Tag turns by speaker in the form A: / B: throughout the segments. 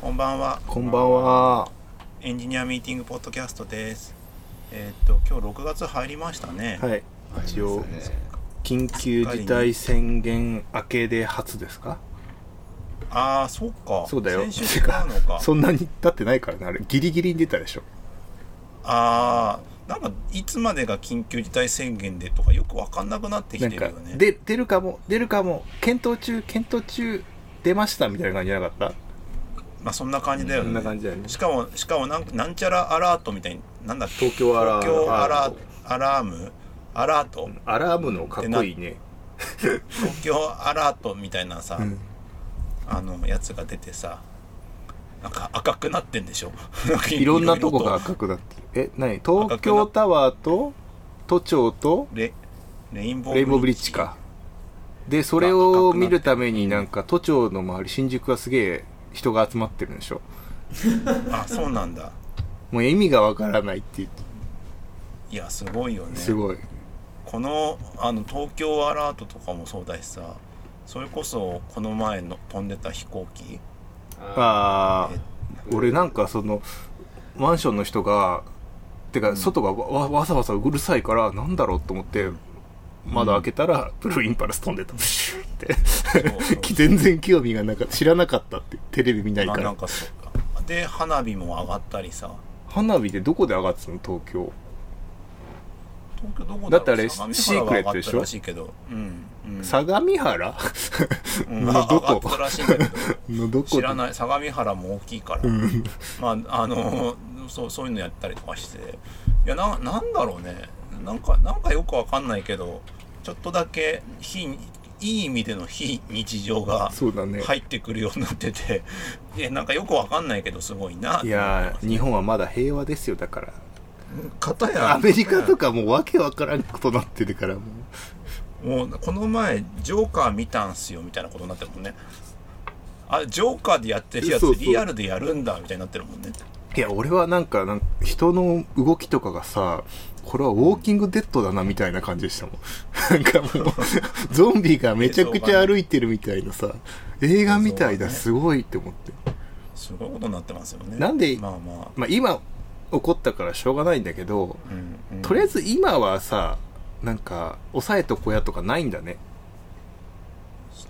A: こんばんは。
B: こんばんは。
A: エンジニアミーティングポッドキャストです。えーっと今日6月入りましたね。
B: はい。一応
C: ありましたね
B: 緊急事態宣言明けで初ですか？
A: ああ、そっか。
B: そうだよ。
A: 先週からなのか。
B: そんなに経ってないからね。あれギリギリに出たでしょ。
A: ああ、なんかいつまでが緊急事態宣言でとかよくわかんなくなってき
B: な
A: て
B: ん
A: る
B: か
A: よね。
B: で出るかも出るかも検討中検討中出ましたみたいな感じじゃなかっ
A: まあそんな感じだよ
B: た？そ
A: ね。
B: んな感じだよね。
A: しかもしかもなんなんちゃらアラートみたいになんだっけ。
B: 東京アラ
A: 東京アラ
B: ート。
A: アラームアラート
B: アラームのかっこいいね。
A: 東京アラートみたいなさ、
B: うん
A: あのやつが出てさなんか赤くなってんでしょ
B: いろんなとこが赤くなってる。え、何？東京タワーと都庁と
A: レレインボー
B: レインボーブリッ
A: ジ
B: ジか。で、それを見るためになんか都庁の周り、新宿はすげえ人が集まってるんでしょ。
A: あそうなんだ
B: もう意味がわからないって言って、
A: いやすごいよね
B: すごい。
A: このあの東京アラートとかもそうだしさそれこそこの前の飛んでた飛行機
B: ああ、俺なんかその、マンションの人が、てか外がわわわさわさうるさいからなんだろうと思って、窓開けたら、ブルーインパルス飛んでた。ブシューって。
A: そうそう
B: 全然興味がなかった。知らなかったって。テレビ見ない
A: まあ
B: か
A: なん
B: ら。
A: かそうで花火も上がったりさ
B: 花火でどこで上がってたの東京。
A: 東京どこだろう
B: だってあれ
A: 相模
B: シークレットでしょ
A: 原は上がったらしいけどうん、うん、
B: 相模原
A: うん
B: のど
A: 上がっ
B: こ
A: たらしいんだけど
B: のどこ
A: 知ら
B: い。
A: ない相模原も大きいから、
B: ん
A: まああのそうそういうのやったりとかしていやななんだろうねなんかなんかよくわかんないけどちょっとだけ非いい意味での非日常が
B: そうだね。
A: 入ってくるようになってて、 いやなんかよくわかんないけどすごいないい
B: やー、日本はまだ平和ですよ、だから。
A: 片や
B: アメリカとかもうわけわからんことなってるから、も
A: もうこの前ジョーカー見たんすよみたいなことになってるもんねあジョーカーでやってるやつ
B: そうそう
A: リアルでやるんだみたいになってるもんね
B: う。いや、俺はなんか、なんか人の動きとかがさ、これはウォーキングデッドだな、みたいな感じでしたもん。なんかもう、ゾンビがめちゃくちゃ歩いてるみたいなさ、映画みたいだ、すごいって思って。
A: すごいことになってますよね
B: なんで
A: まあま
B: まあ、今、起こったからしょうがないんだけど、
A: あ、うんうん
B: とりあえず今はさ、なんか、抑えとこやとかないんだね。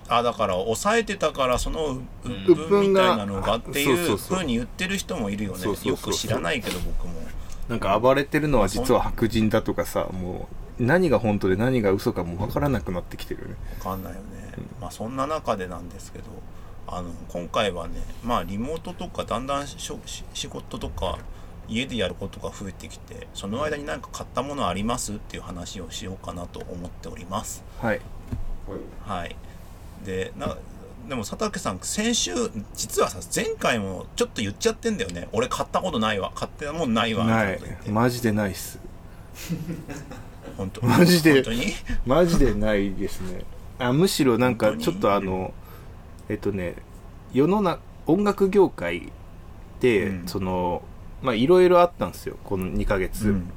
A: あだから抑えてたからそのうう
B: う
A: 鬱憤みたいなのがってい
B: そううそうそう
A: ふうに言ってる人もいるよね
B: そうそうそう
A: よく知らないけど僕も
B: なんか暴れてるのは実は白人だとかさ、もう何が本当で何が嘘かもわからなくなってきてるよね。
A: 分かんないよね、まあそんな中でなんですけどあの今回はねまあリモートとかだんだんしょし仕事とか家でやることが増えてきてその間に何か買ったものありますっていう話をしようかなと思っております
B: はい。
A: はいでなでも佐竹さん先週実はさ前回もちょっと言っちゃってんだよね俺買ったことないわ買ったもんないわみた
B: ないい
A: なこと言っ。て
B: マジでないっす。
A: 本当
B: マジで
A: 本当に
B: マジでないですね。あむしろなんか
A: 本当に
B: ちょっとあの、えっとね、世の中、音楽業界で、
A: うん
B: その、まあいろいろあったんですよ、この2ヶ月。
C: うん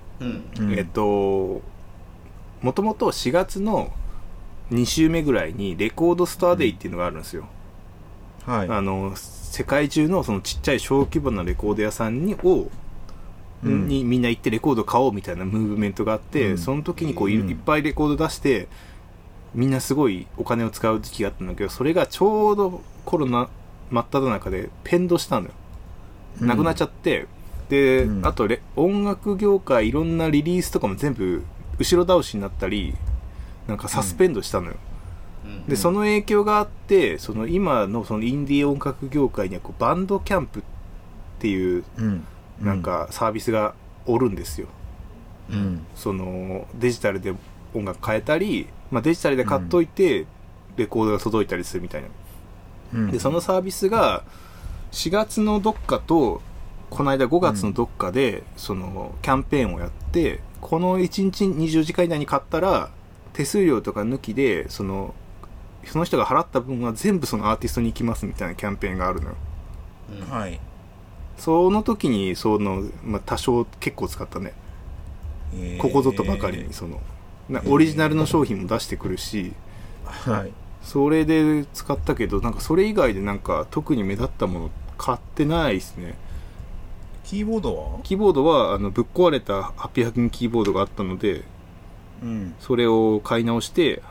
A: うん
B: えっと、もともと4月の2週目ぐらいにレコードスターデイっていうのがあるんですよ。
A: はい
B: あの世界中のそのちっちゃい小規模なレコード屋さんにを、
A: うん
B: にみんな行ってレコード買おうみたいなムーブメントがあって、
A: うん
B: その時にこうい,、
A: うん
B: いっぱいレコード出してみんなすごいお金を使う時期があったんだけどそれがちょうどコロナ真っ只中でペンドしたのよなくなっちゃって、で、
A: うん
B: あとレ音楽業界いろんなリリースとかも全部後ろ倒しになったりなんかサスペンドしたのよ、
C: うん
B: でその影響があってその今のそのインディー音楽業界にはこうバンドキャンプっていう
A: うん
B: なんかサービスがおるんですよ、
A: うん
B: そのデジタルで音楽変えたり、まあ、デジタルで買っといてレコードが届いたりするみたいな、
A: うん
B: でそのサービスが4月のどっかとこの間5月のどっかでそのキャンペーンをやってこの1日20時間以内に買ったら手数料とか抜きでそのその人が払った分は全部そのアーティストに行きますみたいなキャンペーンがあるのよ
A: はい
B: その時にその、まあ、多少結構使ったね
A: えー
B: ここぞとばかりにそのなオリジナルの商品も出してくるし
A: はい
B: それで使ったけどなんかそれ以外でなんか特に目立ったもの買ってないですね
A: キーボードは
B: キーボードはあのぶっ壊れた800均キーボードがあったので
A: うん
B: それを買い直して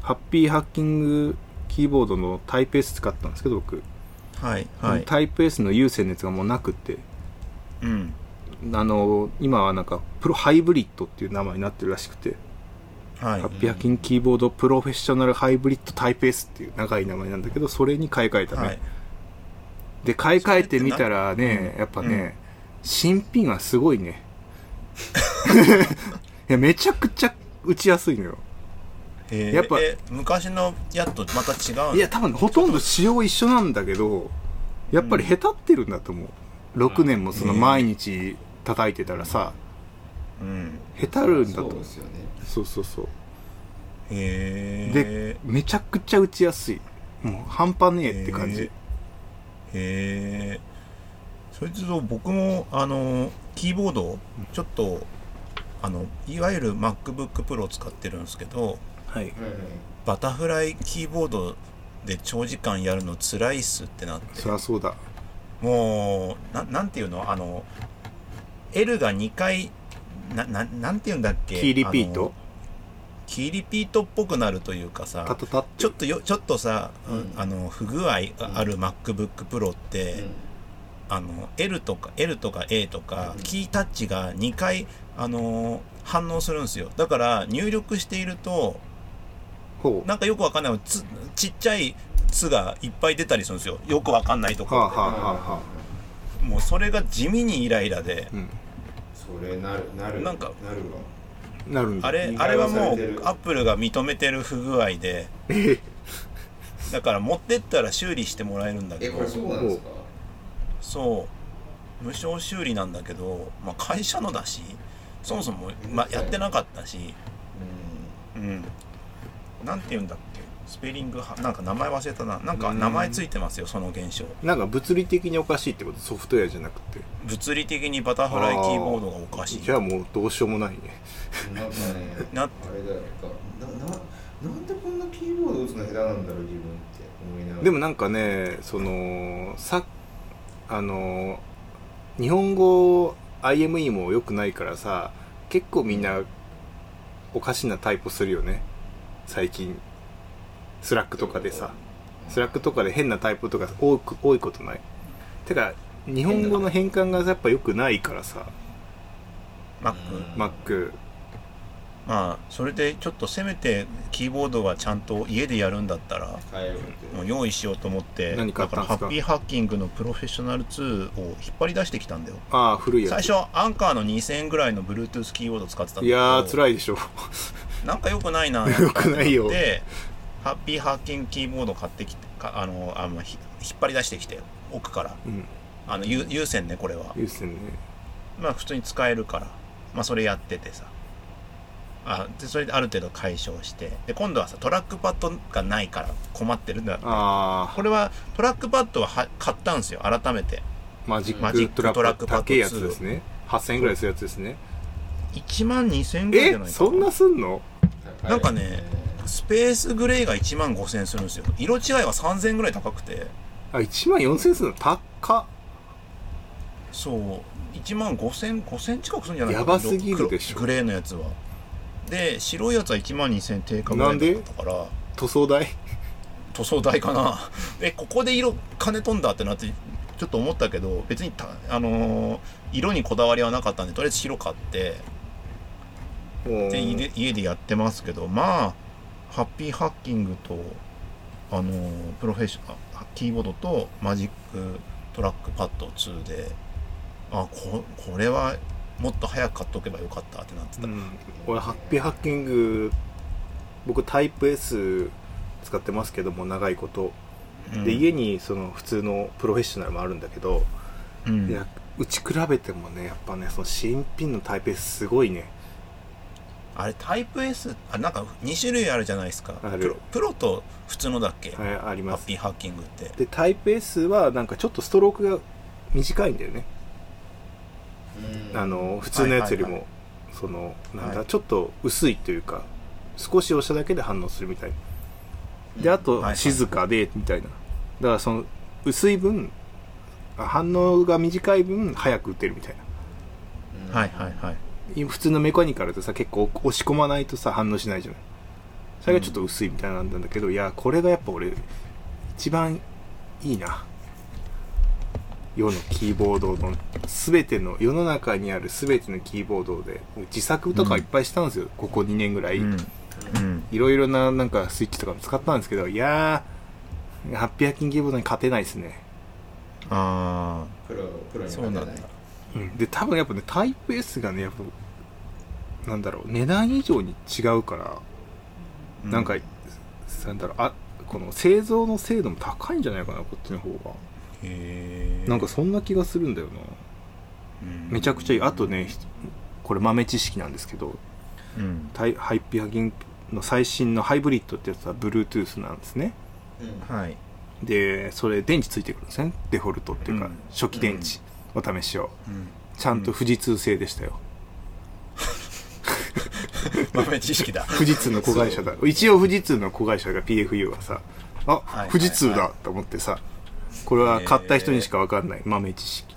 B: ハッピーハッキングキーボードのタイプ S 使ったんですけど僕、
A: はいはい
B: タイプ S の有線のやつがもうなくって
A: うん
B: あの今はなんかプロハイブリッドっていう名前になってるらしくて、
A: はい
B: ハッピーハッキングキーボードプロフェッショナルハイブリッドタイプ S っていう長い名前なんだけどそれに買い替えたね、
A: はい
B: で買い替えてみたらね、
A: うん
B: やっぱね、新品はすごいねいやめちゃくちゃ打ちやすいのよ
A: へー
B: やっぱ
A: え昔のやつとまた違うの
B: いや多分ほとんど仕様一緒なんだけどやっぱりへたってるんだと思う6年もその毎日叩いてたらさ、
A: うん
B: へたるんだと
C: そう
B: 思う
C: ですよね
B: そうそうそう
A: へ
B: で
A: え
B: めちゃくちゃ打ちやすいもう半端ねえって感じ、
A: へえそれと僕もあのキーボードをちょっとあのいわゆる MacBookPro を使ってるんですけど
B: はい
C: はいはい
A: バタフライキーボードで長時間やるの辛いっすってなって
B: そりゃそうだ
A: もうななんていうのあの L が2回なななんていうんだっけ
B: キーリピー
A: あ
B: ト
A: のキーリピートっぽくなるというかさ
B: タタタって
A: ちょっとよちょっとさ、
C: うん
A: あの不具合がある MacBookPro って、あの L とか L とか A とか、
C: うん
A: キータッチが2回あの反応するんですよだから入力していると
B: ほう
A: なんかよくわかんないつちっちゃい「つ」がいっぱい出たりするんですよよくわかんないとこ
B: はあ
A: ろ
B: は
A: で、
B: あはあはあ
A: もうそれが地味にイライラで
B: うん
C: それなるなる
A: なんか
C: なるわ
B: なるんだ
A: あれ
C: 二
A: あれ
C: 回
A: は
C: はさ
A: も
C: れ
A: う
C: てる
A: アップルが認めてる不具合 で
B: ええ
A: だから持ってったら修理してもらえるんだけ
C: え
A: ど
C: これそうなんですか
A: そう無償修理なんだけど、まあ、会社のだしそもそも、まあ、やってなかったしうんなんて言うんだっけスペリングはなんか名前忘れたななんか名前ついてますよその現象
B: なんか物理的におかしいってことソフトウェアじゃなくて
A: 物理的にバタフライキーボードがおかしい
B: じゃあもうどうしようもないね
C: うんなんかね
A: な
C: あれだよなんかなななんでこんなキーボード打つの下手なんだろう自分って思いながら
B: でもなんかねそのさあの日本語 IME も良くないからさ結構みんなおかしなタイプするよね最近スラックとかでさスラックとかで変なタイプとか多く多いことないてか日本語の変換がやっぱ良くないからさ
A: マッ
C: う
A: ク
C: ん
B: Mac
A: まあそれでちょっとせめてキーボードはちゃんと家でやるんだったら
C: 変えようっ
A: もう
C: て
A: 用意しようと思って
B: 何買
A: だ
B: っ
A: か
B: た
A: ら
B: んです
A: ハッ
B: か
A: ピーハッキングのプロフェッショナル2を引っ張り出してきたんだよ
B: ああ古いやつ
A: 最初アンカーの2000円ぐらいの Bluetooth キーボード使ってたんだ
B: いやー
A: けど
B: 辛いでしょ
A: なんか良くないな
B: 良くないよ
A: でハッピーハッキングキーボード買ってきてかあのあのひ引っ張り出してきて奥から
B: うん
A: あの有有線ねこれは
B: 優先ね
A: まあ普通に使えるからまあそれやっててさあでそれである程度解消してで今度はさトラックパッドがないから困ってるんだ
B: ああ
A: これはトラックパッドはは買ったんですよ改めて
B: マジッ
A: マジック
B: クトラ
A: トラ
B: ッ
A: ック
B: プ
A: パッド
B: 高いやつですね8000円ぐらいするやつですね
A: 1万2000円ぐらいじ
B: え
A: ゃないか
B: そんなすんの
C: 高い
A: なんかねスペースグレーが1万5000円するんですよ色違いは3000円ぐらい高くて
B: あ1万4000円するの高っ
A: そう1万5000 5000近くするんじゃないかな
B: やばすぎるでしょ
A: 黒グレーのやつはで白いやつは1万2000定価ぐらいだったから
B: 塗装代
A: 塗装代かな えここで色金飛んだってなってちょっと思ったけど別にたあのー色にこだわりはなかったんでとりあえず白買って
B: もう
A: で家で家でやってますけどまあハッピーハッキングとあのープロフェッショナルキーボードとマジックトラックパッド2であここれはもっと早く買っとけばよかったってなってた、
B: うん俺ハッピーハッキング僕タイプ S 使ってますけども長いこと
A: うん
B: で家にその普通のプロフェッショナルもあるんだけど
A: うん
B: いや打ち比べてもねやっぱねその新品のタイプ S すごいね
A: あれタイプ S あなんか2種類あるじゃないですか
B: ある
A: プロプロと普通のだっけ、
B: はいあり
A: ハ
B: ま
A: ッ
B: す
A: ピーハッキングって
B: でタイプ S はなんかちょっとストロークが短いんだよね
C: うん
B: あの普通のやつより
A: はい
B: もそのなんだ
A: はい
B: ちょっと薄いというか少し押しただけで反応するみたいなであ
A: はいは
B: と
A: い
B: 静かでみたいなだからその薄い分反応が短い分早く打てるみたいな
A: はいはいはい
B: 普通のメカニカルってさ結構押し込まないとさ反応しないじゃないそれがちょっと薄いみたいなんだけど、いやこれがやっぱ俺一番いいな世のキーボードの全ての世の中にある全てのキーボードで自作とかいっぱいしたんですよ、ここ2年ぐらい、
A: うんうん
B: いろいろななんかスイッチとかも使ったんですけどいやーハッピーハッキングキーボードに勝てないですね、
A: あ
C: プロプロ
A: あ
C: に
A: そ
C: は
A: うな
C: なん
A: だ
C: い
B: うん、で多分やっぱねタイプ S がねやっぱなんだろう値段以上に違うから
A: う
B: なんか、なんだろうあこの製造の精度も高いんじゃないかなこっちの方が
A: へえ
B: なんかそんな気がするんだよなめちゃくちゃいいあとねひこれ豆知識なんですけど
A: うん
B: タイハイピーハギンの最新のハイブリッドってやつは Bluetooth なんですね
C: うん
A: はい
B: でそれ電池ついてくるんですねデフォルトっていうか、
A: うん
B: 初期電池お試しを
A: うん
B: ちゃんと富士通製でしたよ、
A: 豆知識だ
B: 富士通の子会社だ一応富士通の子会社が PFU はさあ、
A: いはい
B: 富士通だと思ってさこれは買った人にしか分かんない豆知識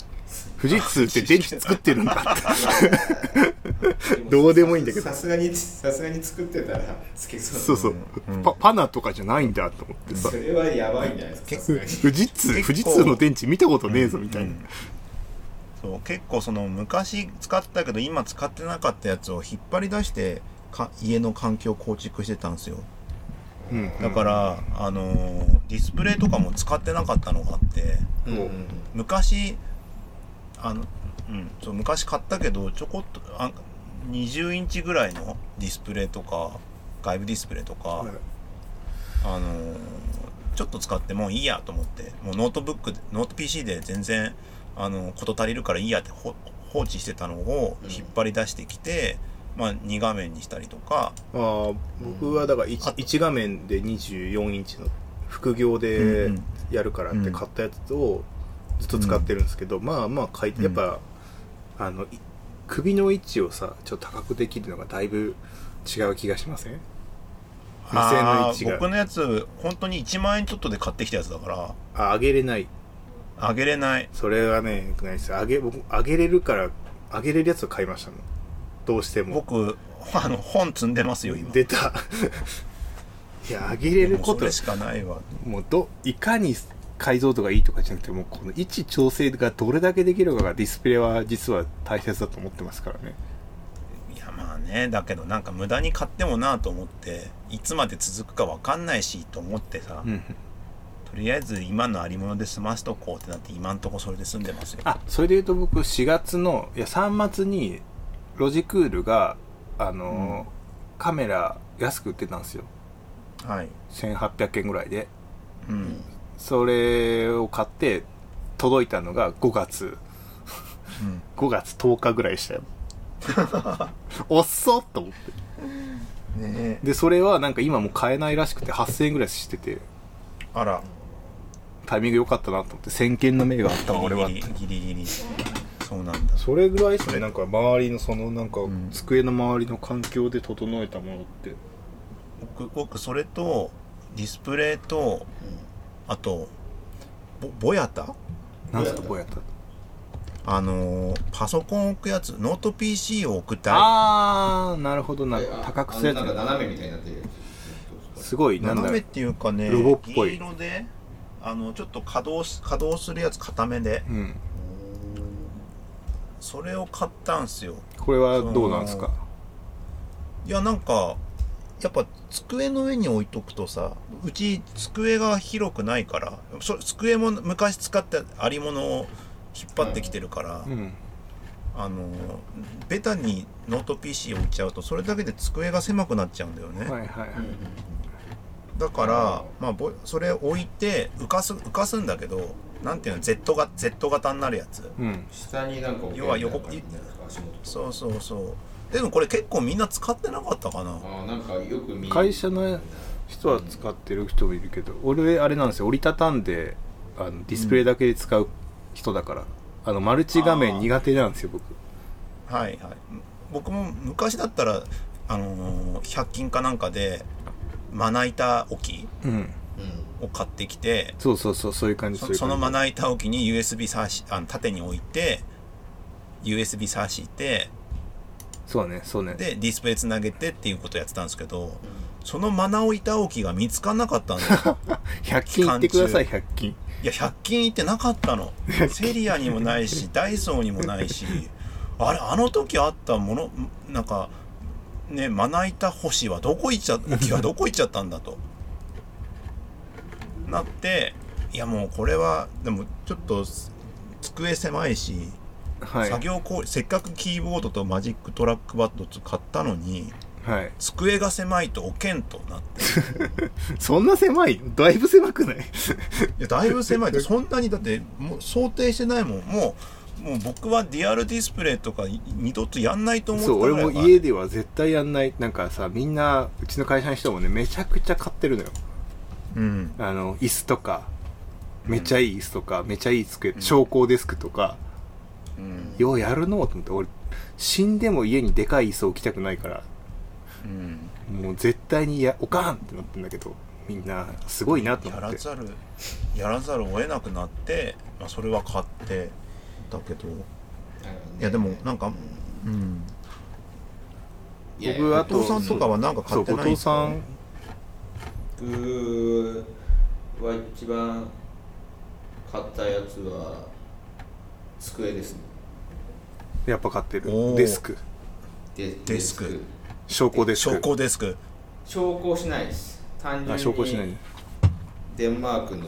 B: 富士通って電池作ってるんだって
C: も
B: どうでもいいんだけど
C: さすがにさすがに作ってたらつけそう
B: そうそう、
A: うん
B: パパナとかじゃないんだと思ってさ
C: それはやばいんじゃないですかさすがに
B: 富士通
A: 結構
B: 富士通の電池見たことねえぞみたいな、
A: うんそう結構その昔使ったけど今使ってなかったやつを引っ張り出してか家の環境を構築してたんですよ
B: うん
A: だから、あのーディスプレイとかも使ってなかったのがあって
C: うんうんうん
A: 昔あの、うん、そう昔買ったけどちょこっとあ20インチぐらいのディスプレイとか外部ディスプレイとか、あのーちょっと使ってもういいやと思ってもうノートブックでノート PC で全然あのこと足りるからいいやってほ放置してたのを
C: うん
A: 引っ張り出してきて、まあ、2画面にしたりとか
B: ああ僕はだから 1, 1画面で24インチの副業で
A: うんうん
B: やるからって買ったやつをずっと使ってるんですけど、まあまあ買いやっぱ、あのい首の位置をさちょっと高くできるのがだいぶ違う気がしません目線の位置
A: あー僕
B: が
A: のやつ本当に1万円ちょっとで買ってきたやつだから
B: あ上げれない
A: あげれない
B: それはねよくないです上げ僕上げれるから上げれるやつを買いましたもんどうしても
A: 僕あの本積んでますよ今
B: 出た いや上げれるこ
A: も
B: と
A: うそれしかないわ
B: もうどいかに解像度がいいとかじゃなくてもうこの位置調整がどれだけできるかがディスプレイは実は大切だと思ってますからね
A: いやまあねだけどなんか無駄に買ってもなと思っていつまで続くかわかんないしと思ってさ、
B: うん
A: とりあえず今のありもので済ませとこうってなって今んとこそれで済んでますよ
B: あそれで言うと僕4月のいや3月にロジクールがあのー、カメラ安く売ってたんですよ
A: はい、
B: 1800円ぐらいで
A: うん
B: それを買って届いたのが5月
A: うん、
B: 5月10日ぐらいでした よおっそっと思って
A: ねえ
B: でそれはなんか今もう買えないらしくて8000円ぐらいしてて
A: あら
B: タイミング良かったなと思って先見の明があったわ俺は
A: ギリギリギリギリそうなんだ
B: それぐらいですねなんか周りのそのなんか
A: ん
B: 机の周りの環境で整えたものって
A: 僕僕それとディスプレイとあとボボヤタ
B: なんすかこうやった
A: あのーパソコン置くやつノート PC を置く台
B: あーなるほどな高くするや
C: あのなん
B: つ
C: か斜めみたいになってるやつ
B: すごいなんだ
A: 斜
B: ろ
A: めっ
B: う
A: ていうかね
B: ロボっぽい
A: 銀色であのちょっと稼働す稼働するやつ固めで
B: うん
A: それを買ったんすよ
B: これはどうなんですか
A: いやなんかやっぱ机の上に置いとくとさうち机が広くないからそ机も昔使ったありものを引っ張ってきてるから、
B: うん
A: あのベタにノート PC 置いちゃうとそれだけで机が狭くなっちゃうんだよね、
B: はいはい
C: うん
A: だから、まあ、ぼそれ置いて浮かす浮かすんだけどなんていうの Z が Z 型になるやつ
B: うん
C: 下になんか
A: 要は横
C: なんか足元とか
A: そうそうそうでもこれ結構みんな使ってなかったかな
C: ああなんかよく見る
B: 会社の人は使ってる人もいるけど俺あれなんですよ折りたたんであのディスプレイだけで使う人だからあのマルチ画
A: あー
B: 面苦手なんですよ僕
A: はいはい僕も昔だったらあのー100均かなんかでまな板置き
B: うん
C: うん
A: を買ってきて
B: そうそうそうそういう感じ
A: そ
B: そういう
A: そ
B: 感じ
A: のまな板置きに USB 差しあの縦に置いて USB 差して
B: そうねそうね
A: でディスプレイつなげてっていうことをやってたんですけどそのまな板置きが見つかんなかったんですよ
B: 100均行ってください100均
A: いや100均行ってなかったのセリアにもない しダイソーにもないしあれあの時あったものなんかねまな板星はどこ行っちゃ置きはどこ行っちゃったんだ となっていやもうこれはでもちょっと机狭いし
B: はい
A: 作業効率せっかくキーボードとマジックトラックバッド買ったのに
B: はい
A: 机が狭いと置けんとなって
B: そんな狭いだいぶ狭くない
A: いやだいぶ狭いってそんなにだってもう想定してないもんもうもう僕はディアルディスプレイとかい二度とやんないと思って
B: そ
A: た
B: う
A: ぐらい
B: 俺も
A: から
B: 家では絶対やんないなんかさみんなうちの会社の人もねめちゃくちゃ買ってるのよ
A: うん
B: あの椅子とかめちゃいい椅子とか、めちゃいい机昇降デスクとか、
A: うん
B: ようやるのと思って俺死んでも家にでかい椅子置きたくないから
A: うん
B: もう絶対にやおかんってなってんだけどみんなすごいなと
A: や
B: 思っ
A: ら
B: て
A: ざるやらざるを得なくなって、まあ、それは買ってだけどいやでもなんかうん
B: 僕あ
A: 後
B: と
A: 藤さんとかはなんか買
B: そう
A: って
B: 後
A: ないんで
B: 藤
A: すか
B: さん
C: 僕は一番買ったやつは机ですね
B: やっぱ買ってる
A: おー
B: デスク
C: デ
A: デスク
B: 昇降デスク
A: 昇降デスク
C: 昇降しないです単
B: あ
C: 純
B: 昇降しない
C: にデンマークの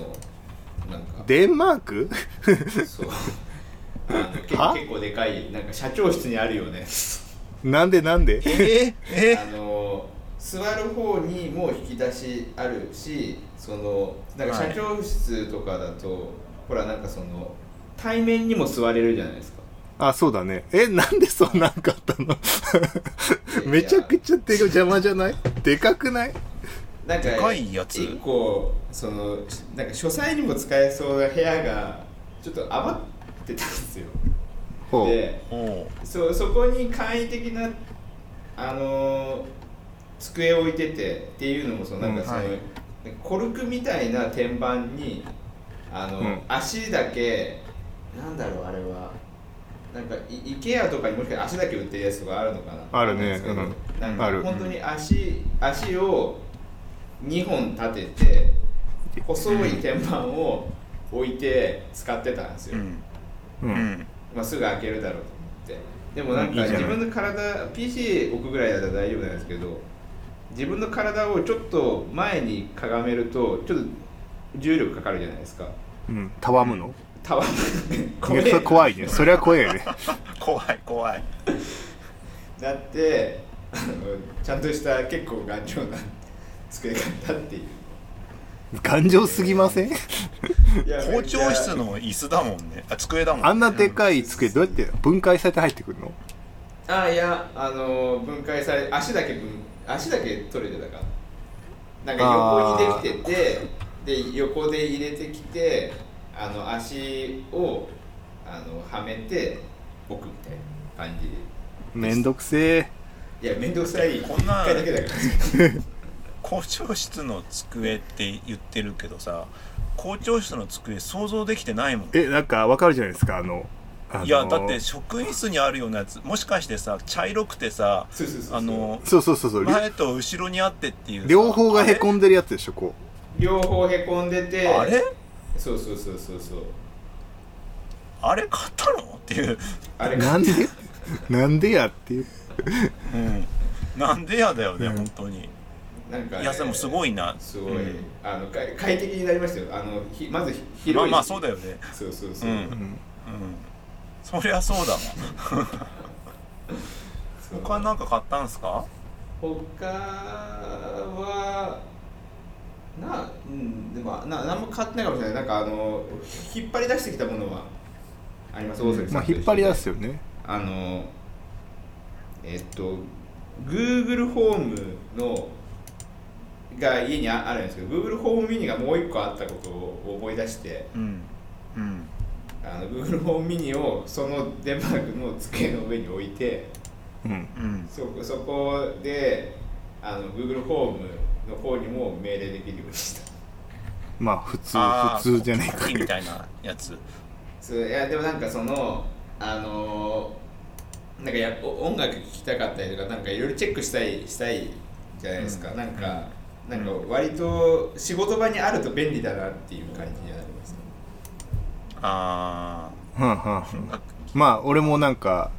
C: なんか
B: デンマーク
C: そうあのけ
B: は
C: 結構でかいなんか社長室にあるよね
B: なんでなんで
A: え ー、え
C: あの座る方にも引き出しあるしそのなんか
A: はい
C: 社長室とかだと、ほらなんかその対面にも座れるじゃないですか
B: あそうだねえなんでそんなん買ったのめちゃくちゃでか邪魔じゃないでかくない
C: なんか
A: でかいやつ
C: 一個そのなんか書斎にも使えそうな部屋がちょっと余ってたんですよ
B: ほう
C: で
A: ー、おう
C: そそこに簡易的なあのー机置いててっていうのもそのなんか
B: うん
C: その、
A: はい
C: コルクみたいな天板にあの、
B: うん
C: 足だけなんだろうあれはなんかイ IKEA とかにもしかして足だけ売ってるやつとかあるのかな
B: あるね
C: わかんないです
B: うん
C: けどなんか
B: ある
C: 本当に足足を2本立てて細い天板を置いて使ってたんですよ、
A: うん
B: う
A: うんん
C: まあ、すぐ開けるだろうと思ってでもなん
B: うんい
C: か
B: いじゃな
C: 自
B: い
C: 分の体 PC 置くぐらいだったら大丈夫なんですけど自分の体をちょっと前にかがめるとちょっと重力かかるじゃないですか
B: うんたわむの
C: たわ
B: いやそれ怖いねそれは怖いよね
A: 怖い怖い
C: だってあのちゃんとした結構頑丈な机買ったっていう
B: 頑丈すぎません
C: いや
A: 校長室
C: めっ
A: の椅子だもんねあ机だもんね
B: あんなでかい机どうやって分解されて入ってくるの
C: ちゃあいやあの分解され足だけ分足だけ取れてたからなんか横にできててで横で入れてきてあの足をあのはめて置くみたいな感じ
B: めんどくせえ
C: でいや面倒くさい
A: こんな
C: 一回だけだから
A: 校長室の机って言ってるけどさ校長室の机想像できてないもん
B: えなんかわかるじゃないですかあのあの
A: いやだって職員室にあるようなやつもしかしてさ茶色くてさ
C: そうそうそうそう
A: あの
B: そうそうそうそうりょ
A: 前と後ろにあってっていうさ
B: 両方がへこんでるやつでしょこ
C: 両方へこんでて
A: あれ
C: そうそうそうそうそう
A: あれ買ったのっていう、
C: あ
B: う
C: れ
B: なんでなんでやっていう
A: うん、なんでやだよね、
B: うん
A: 本当に
C: なんか、
A: いやでもすごいな
C: すごい、
A: うん
C: あの快快適になりましたよあのひまずひ広いし
A: まあまあそうだよね
C: そうそうそう、
A: うん
B: うん
A: うんそりゃそうだわ
C: そう
A: 他なんか買ったんすか
C: 他はなうんでもな何も買ってないかもしれないなんかあのひ引っ張り出してきたものはあります大崎さんと一緒で、
B: まあ引っ張り出すよね
C: あのえっと Google ホームのが家にああるんですけど Google ホームミニがもう一個あったことを思い出して
A: うんうん
C: あの Google ホームミニをそのデンマークの机の上に置いて
B: うん
A: うん
C: そこそこであの Google ホームの方にも命令できるようにした
B: まあ普通
A: あ
B: 普
A: ー
B: 通じゃねえか
A: コッキーみたいなやつ
C: そういやでもなんかそのあのーなんかやっぱ音楽聴きたかったりとかなんかいろいろチェックしたいしたいじゃないですか、
A: うん
C: なんか、なんか割と仕事場にあると便利だなっていう感じになりますね
A: あ
B: うんうんうん
A: あ
B: まあ俺もなんか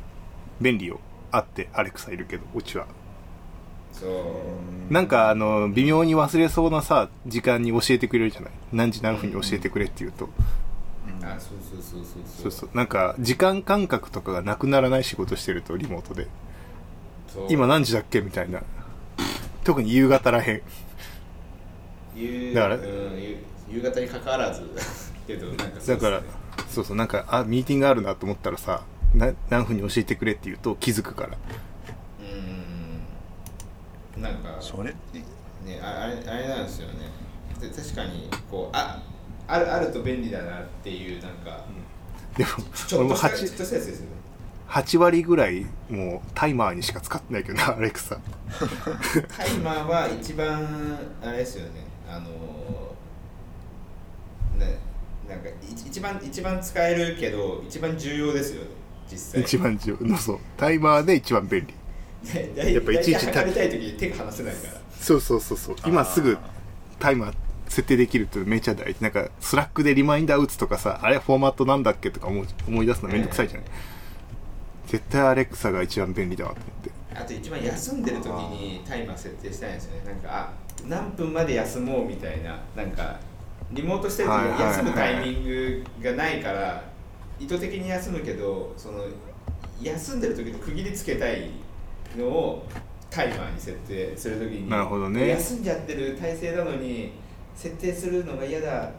B: 便利よあってアレクサいるけどうちは
C: そう、
B: なんかあの微妙に忘れそうなさ時間に教えてくれるじゃない何時何分に教えてくれって言うと、
C: あそうそうそうそう
B: そうそうなんか時間感覚とかがなくならない仕事してるとリモートで
C: そう
B: 今何時だっけみたいな特に夕方らへん
C: 夕
B: だから
C: うん夕夕方にかかわらず けどなんかそう
B: だ
C: っすね
B: からそうそうなんかあミーティングあるなと思ったらさな何分に教えてくれって言うと気づくから
C: うんなんか
A: それって
C: ねああれあれなんですよねで確かにこうああるあると便利だなっていうなんか、
B: でも
C: ち
B: 俺
C: ょっ
B: も
C: としたちょっ
B: 8,
C: としたやつですよね
B: 8割ぐらいもうタイマーにしか使ってないけどなアレクサ
C: タイマーは一番あれですよねあのーねなんかい一番一番使えるけど一番重要ですよね実際
B: 一 番重要そうタイマーで一番便利
C: や
B: やっぱいちいち
C: 測りたい時に手が離せないから
B: そうそうそうそう今すぐタイマー設定できるとめちゃ大事なんかスラックでリマインダー打つとかさあれフォーマットなんだっけとか思う思い出すのめんどくさいじゃない、絶対アレクサが一番便利だわと思って
C: あと一番休んでる時にタイマー設定したいんですよねなんかあ何分まで休もうみたいななんかリモートしてる時
B: はいはいはい
C: 休むタイミングがないから意図的に休むけどその休んでる時に区切りつけたいのをタイマーに設定する時に
B: なるほどね
C: 休んじゃってる体勢なのに設定するのが嫌だ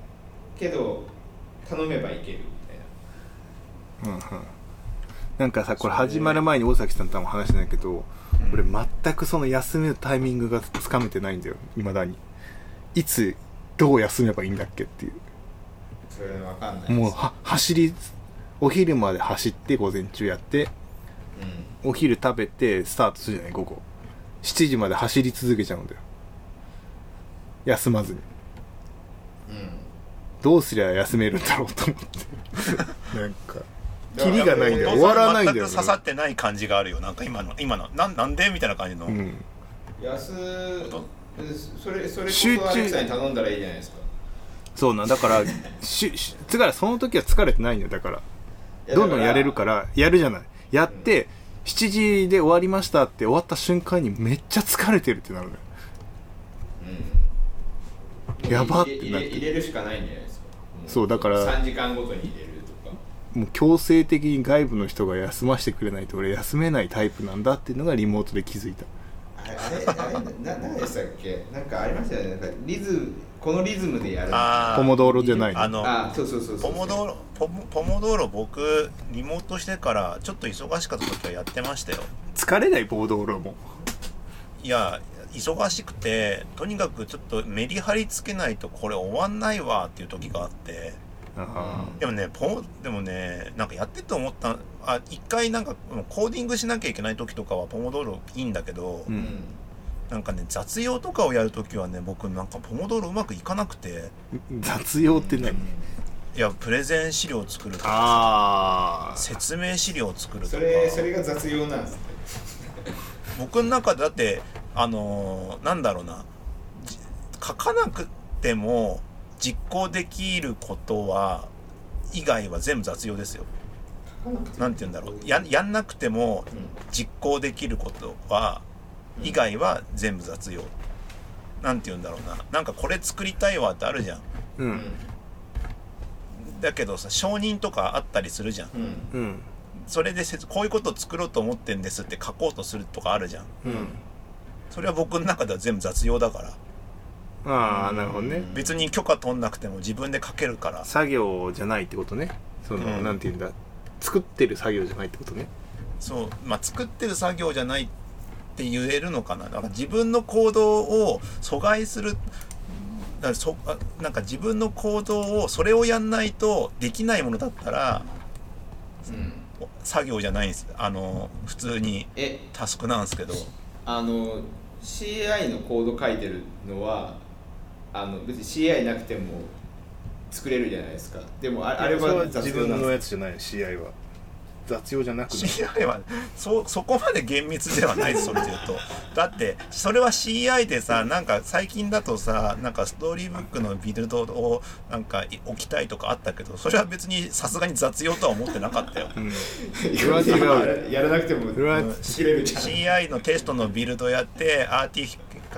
C: けど頼めばいけるみたいな
B: うんうんなんかさこれ始まる前に大崎さんとも話してないけど、
A: うん
B: 俺全くその休めるタイミングがつかめてないんだよいまだにいつどう休めばいいんだっけっていう
C: それは分かんないです
B: もうは走りお昼まで走って午前中やって
C: うん
B: お昼食べてスタートするじゃない午後7時まで走り続けちゃうんだよ休まずに
C: う
B: どうすりゃ休めるんだろうと思ってなんか キリがないんだよ
A: 終
B: 終わ
A: わら
B: らな
A: ないい
B: ん
A: ん
B: だ
A: だ
B: よ
A: よ全く刺さってない感じがあるよなんか今の今のなんなんでみたいな感じの、
B: うん
C: ん安
A: こと
C: それそれこ
B: 集中
C: そアレクサに頼んだらいいじゃないですか
B: そうなんだからししだからその時は疲れてないんだよだから
C: いや
B: どんどんやれる
C: だ
B: からやるじゃないやって、7時で終わりましたって終わった瞬間にめっちゃ疲れてるってなるのよ
C: らうん
B: やばっ
C: 入れ
B: てなって
C: 入れ入れるしかないんじゃないですかも
B: そうだから
C: 3時間ごとに入れるとか
B: もう強制的に外部の人が休ませてくれないと俺休めないタイプなんだっていうのがリモートで気づいた
C: あれあれあれな何でしたっけなんかありましたよねなんかリズムこのリズムでやる
A: あー
B: ポモドーロじゃない
A: あの
C: あそうそうそうそ
A: ポ
C: う
A: モドーロポモポモドーロ僕リモートしてからちょっと忙しかった時はやってましたよ
B: 疲れないボード俺も
A: いや忙しくてとにかくちょっとメリハリつけないとこれ終わんないわっていう時があって
B: あ
A: でもねポでもねなんかやってて思ったあ一回なんかもうコーディングしなきゃいけない時とかはポモドーロいいんだけど、
B: う
C: うんん
A: なんかね雑用とかをやる時はね僕なんかポモドーロうまくいかなくて
B: ー雑用って何、
A: いやプレゼン資料を作るとか
B: あ
A: 説明資料を作ると
C: そ
A: か
C: れそれが雑用なんですね
A: 僕の中でだってあのーなんだろうなじ書かなくても実行できることは以外は全部雑用ですよ。なんて言うんだろうややんなくても
C: うん
A: 実行できることは以外は全部雑用。なんて言うんだろうななんかこれ作りたいわってあるじゃん。
B: う
C: うん
B: ん
A: だけどさ承認とかあったりするじゃん。
C: うん
B: うん
A: それでせつこういうことを作ろうと思ってんですって書こうとするとかあるじゃん。
B: うん
A: それは僕の中では全部雑用だから。
B: ああなるほどね
A: 別に許可取んなくても自分で書けるから
B: 作業じゃないってことねその、
A: うん
B: なんていうんだ作ってる作業じゃないってことね
A: そう、まあ、作ってる作業じゃないって言えるのかなだから自分の行動を阻害するだからそあなんか自分の行動をそれをやんないとできないものだったら
C: うん
A: 作業じゃないんですあの普通に
C: え
A: タスクなんですけど
C: あの CI のコード書いてるのはあの別に CI なくても作れるじゃないですかでもああ
B: あ
C: れ
B: れは
C: は雑
B: 自
C: 用
B: 分
C: なん
B: の
C: で
B: やつじゃない試合は雑用じゃなくて
A: CI はそそこまで厳密ではないですそれで言うとだってそれは CI でさなんか最近だとさなんかストーリーブックのビルドをなんか置きたいとかあったけどそれは別にさすがに雑用とは思ってなかったよ
C: す
B: は違うよ
C: やらやらなくても
B: それは
C: 作れるじゃん
A: CI のテストのビルドやってアーティファ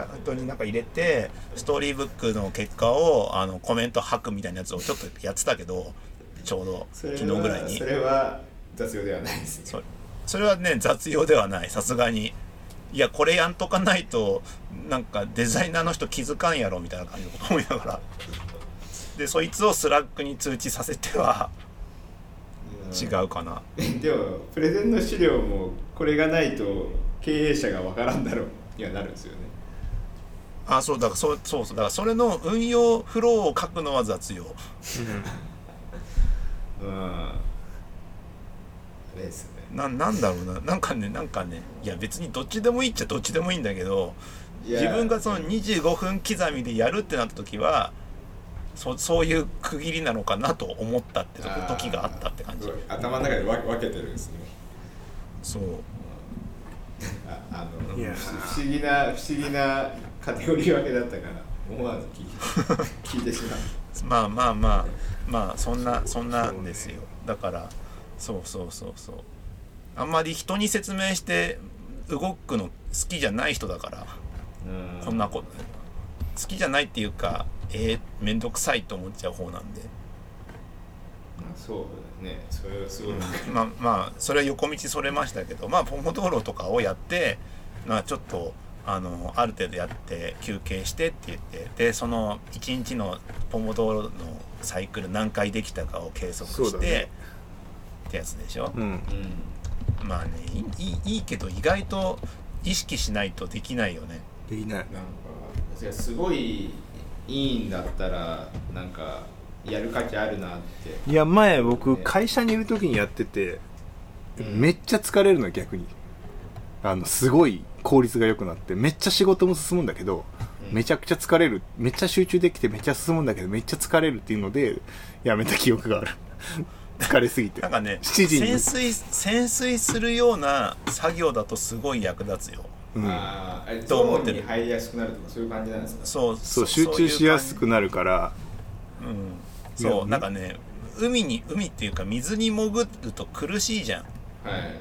A: クトになんか入れてストーリーブックの結果をあのコメント吐くみたいなやつをちょっとやってたけどちょうど
C: それ
A: 昨
C: は
A: 日ぐらいに
C: それは雑用ではないですね
A: そそれはね雑用ではないさすがにいやこれやんとかないとなんかデザイナーの人気づかんやろみたいな感じのこと思いながらでそいつをスラックに通知させては違うかな、
C: うんでもプレゼンの資料もこれがないと経営者がわからんだろうにはなるんですよね
A: あそうだからそうそうそうだからそれの運用フローを書くのは雑用
C: うんあれですね
A: ななんだろうななんかねなんかねいや別にどっちでもいいっちゃどっちでもいいんだけど
C: いや
A: 自分がその25分刻みでやるってなった時はそそういう区切りなのかなと思ったってとこ
C: ー
A: 時があったって感じ
C: すごい頭の中で分分けてるんですね
A: そう
C: ああの
B: いやー
C: 不思議な不思議なカテゴリー分けだったから思わず聞い て聞いてし
A: ま
C: まう
A: あまあまあまあそんなそんなんですよだからそうそうそうそうあんまり人に説明して動くの好きじゃない人だから
C: うん
A: こんなこと好きじゃないっていうかえー、めんどくさいと思っちゃう方なんで。
C: そうだねそれはすごい、
A: まあまあそれは横道それましたけどまあポモ道路とかをやって、まあ、ちょっとあのある程度やって休憩してって言ってでその1日のポモ道路のサイクル何回できたかを計測
B: そう
A: し
B: だ
A: て、
B: ね
A: ってやつでしょ、
B: うん
C: うん
A: まあねいいいいいけど意外と意識しないとできないよね
B: できない
C: なんかいやすごいいいんだったらなんかやる価値あるなって
B: いや前僕会社にいる時にやってて
C: うん
B: めっちゃ疲れるの逆にあのすごい効率が良くなってめっちゃ仕事も進むんだけどめちゃくちゃ疲れるめっちゃ集中できてめっちゃ進むんだけどめっちゃ疲れるっていうのでやめた記憶がある 疲れすぎて
A: なんかね
B: 7時に
A: 潜水潜水するような作業だとすごい役立つよ
B: うん、
C: あーあれ
A: と
C: ゾ
A: 思っ
C: ーン
A: てる
C: に入りやすくなるとかそういう感じなんですか
A: そう
B: そ
A: そ
B: う集
A: う
B: 中しやす
A: そういう感じ
B: くなるから
A: うん、そ
B: いうや
A: なんかね海に海っていうか水に潜ると苦しいじゃん
C: はい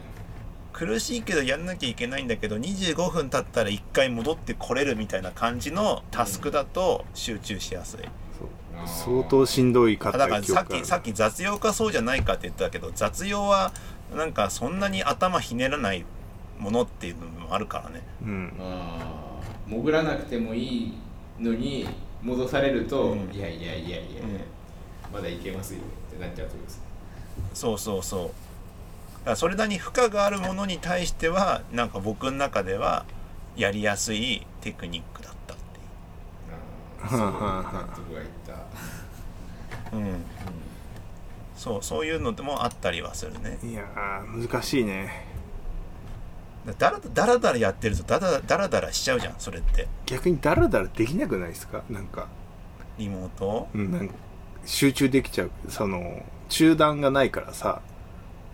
A: 苦しいけどやんなきゃいけないんだけど25分経ったら1回戻ってこれるみたいな感じのタスクだと集中しやすい、
B: そう
C: あー
B: 相当しんどいかっ
A: あだから
B: た記
A: さっ
B: 憶があ
A: き
B: る
A: さっき雑用かそうじゃないかって言ったけど雑用はなんかそんなに頭ひねらないものっていうのもあるからね
B: うん
C: あー潜らなくてもいいのに戻されると、
A: うん
C: いやいやいやいやいや、まだいけますよってなっちゃうってことです
A: そうそうそうだからそれなりに負荷があるものに対してはなんか僕の中ではやりやすいテクニックだったっていう
C: あーそう納得がいった
A: うん、そうそういうのでもあったりはするね
B: いやー難しいね
A: だらだらだらやってるとだらだらだらしちゃうじゃんそれって
B: 逆にダラダラできなくないですかなんか,、
A: リモート
B: うん、なんか集中できちゃうその中断がないからさ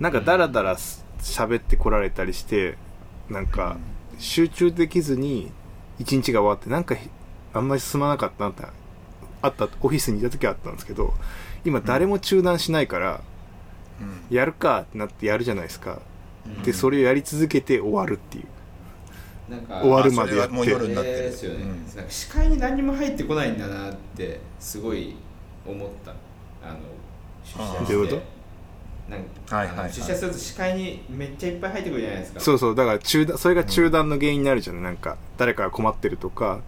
B: なんかダラダラす喋ってこられたりしてなんか集中できずに一日が終わってなんかひあんまり進まなかったなってあったオフィスにいた時あったんですけど今誰も中断しないから、
A: うん
B: やるかってなってやるじゃないですか
C: うん
B: でそれをやり続けて終わるっていう
C: なんか
B: 終わる
A: あ
B: までや
A: それは
B: っ
A: もう
B: て
A: 夜になってる
C: ですよね、
A: うん
C: なんか視界に何も入ってこないんだなってすごい思ったあの
A: あ
C: 出社
A: ー
C: して
B: どういうこ
C: なんか、
A: はいはいはい
C: あの出社すると視界にめっちゃいっぱい入ってくるじゃないですか
B: そうそうだから中断それが中断の原因になるじゃないなんか誰かが困ってるとか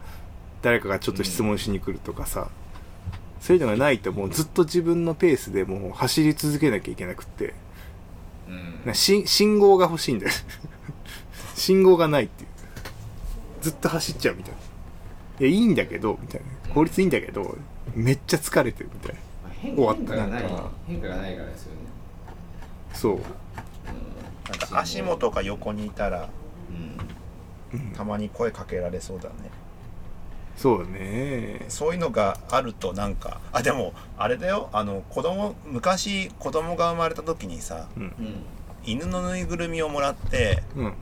B: 誰かがちょっと質問しに来るとかさ、そういうのがないともうずっと自分のペースでもう走り続けなきゃいけなくって
C: うん
B: なし信号が欲しいんだよ 信号がないっていうずっと走っちゃうみたいないやいいんだけどみたいな効率いいんだけどめっちゃ疲れてるみたい
C: まあ変
B: 終わった
C: 変化がない
B: なんか
C: 変化がないからですよね、
B: なそう
A: なんか足元が横にいたら
C: うん、
A: たまに声かけられそうだね
B: そうね
A: そういうのがあるとなんかあでもあれだよあの子供昔子供が生まれた時にさ
B: うん
C: うん
A: 犬のぬいぐるみをもらって、
B: うん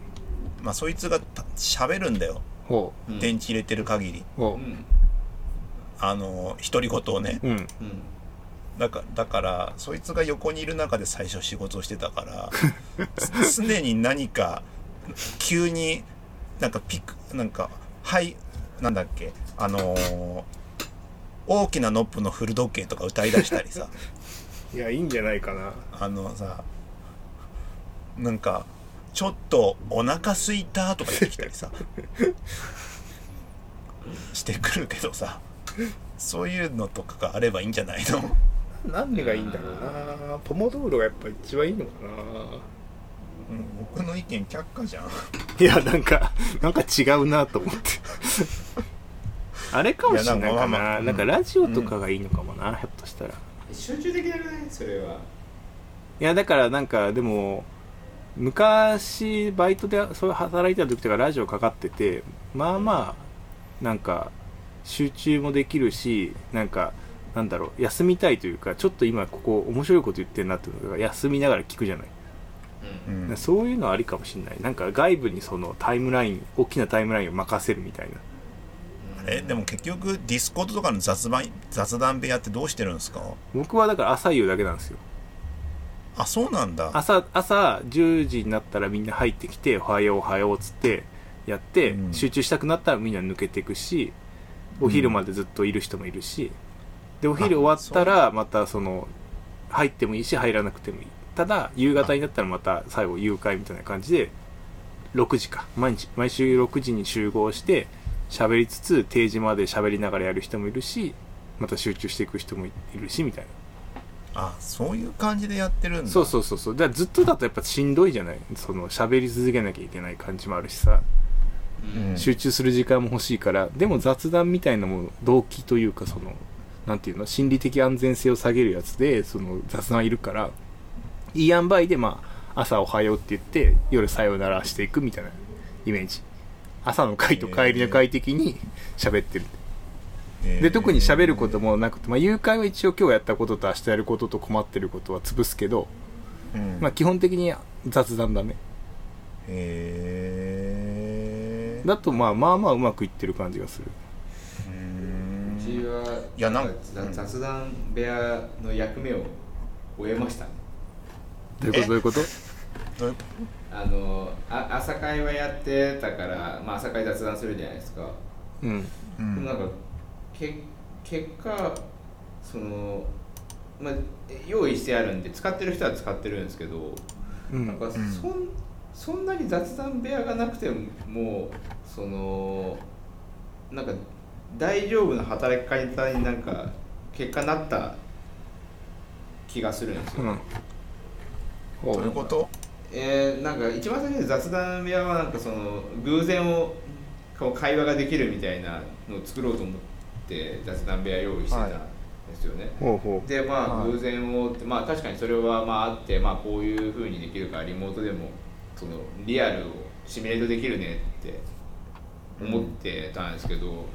A: まあ、そいつがた喋るんだよ
B: ほ
C: うん
A: 電池入れてる限り
B: うほ
C: うん
A: あの独り言をね
B: ううん
C: うん
A: だかだからそいつが横にいる中で最初仕事をしてたから つ常に何か急になんかピクなんかはいなんだっけあのー大きなノップの古時計とか歌い出したりさ
B: いやいいんじゃないかな
A: あのさなんかちょっとお腹すいたとか言ってきたりさ してくるけどさそういうのとかがあればいいんじゃないの
B: 何がいいんだろうなポモドーロがやっぱ一番いいのかな
A: うん僕の意見却下じゃん
B: いやなんかなんか違うなと思ってあれかもしれない
A: いやな
B: か
A: んかまあま
B: な
A: あ
B: なんかラジオとかがいいのかもな、ひょっとしたら
C: 集中できなくないそれはい
B: やだからなんかでも昔バイトでそういう働いてた時とかラジオかかっててまあまあなんか集中もできるしなんかなんだろう休みたいというかちょっと今ここ面白いこと言ってるなっていうのが休みながら聞くじゃない、
C: う
A: うんん
B: そういうのありかもしれないなんか外部にそのタイムライン大きなタイムラインを任せるみたいな
A: えでも結局ディスコードとかの雑談雑談部屋ってどうしてるんですか
B: 僕はだから朝夕だけなんですよ
A: あそうなんだ
B: 朝朝10時になったらみんな入ってきて「おはようおはよう」っつってやって、
A: うん
B: 集中したくなったらみんな抜けていくしお昼までずっといる人もいるし、でお昼終わったらまたその入ってもいいし入らなくてもいいただ夕方になったらまた最後誘拐みたいな感じで6時か毎日毎週6時に集合して喋りつつ定時まで喋りながらやる人もいるしまた集中していく人もいるしみたいな
A: あそういう感じでやってるんだ
B: そうそうそうそうだからずっとだとやっぱしんどいじゃないその喋り続けなきゃいけない感じもあるしさ
A: うん
B: 集中する時間も欲しいからでも雑談みたいなもの動機というかそのなんていうの心理的安全性を下げるやつでその雑談いるからいい塩梅でまあ朝おはようって言って夜さようならしていくみたいなイメージ朝の会と帰りの会的に喋ってる
A: えー
B: で特に喋ることもなくて、まあ、誘拐は一応今日やったことと明日やることと困ってることは潰すけど、
A: うん
B: まあ、基本的に雑談だね
A: へえ
B: だとまあまあまあうまくいってる感じがする
A: うー
C: うんちはい
A: やなんか
C: 雑雑談部屋の役目を終えましたね
B: どういうことどういうこと
A: どういう
C: あのあ朝会はやってたから、まあ、朝会雑談するじゃないですか、
B: うん
A: う
C: でもなん
A: ん
C: かけ結果その、まあ、用意してあるんで使ってる人は使ってるんですけど
B: う
C: なん
B: ん
C: かそ,、ん、そんなに雑談部屋がなくてももうそのなんか大丈夫な働き方になんか結果なった気がするんですよ。
B: うん
A: どういうこと
C: えーなんか一番最初に雑談部屋はなんかその偶然をこう会話ができるみたいなのを作ろうと思って雑談部屋用意してたんですよね。
B: ほうほ
C: でまあ
A: はい
C: 偶然をって、まあ確かにそれはまああってまあこういうふうにできるからリモートでもそのリアルをシミュレートできるねって思ってたんですけど、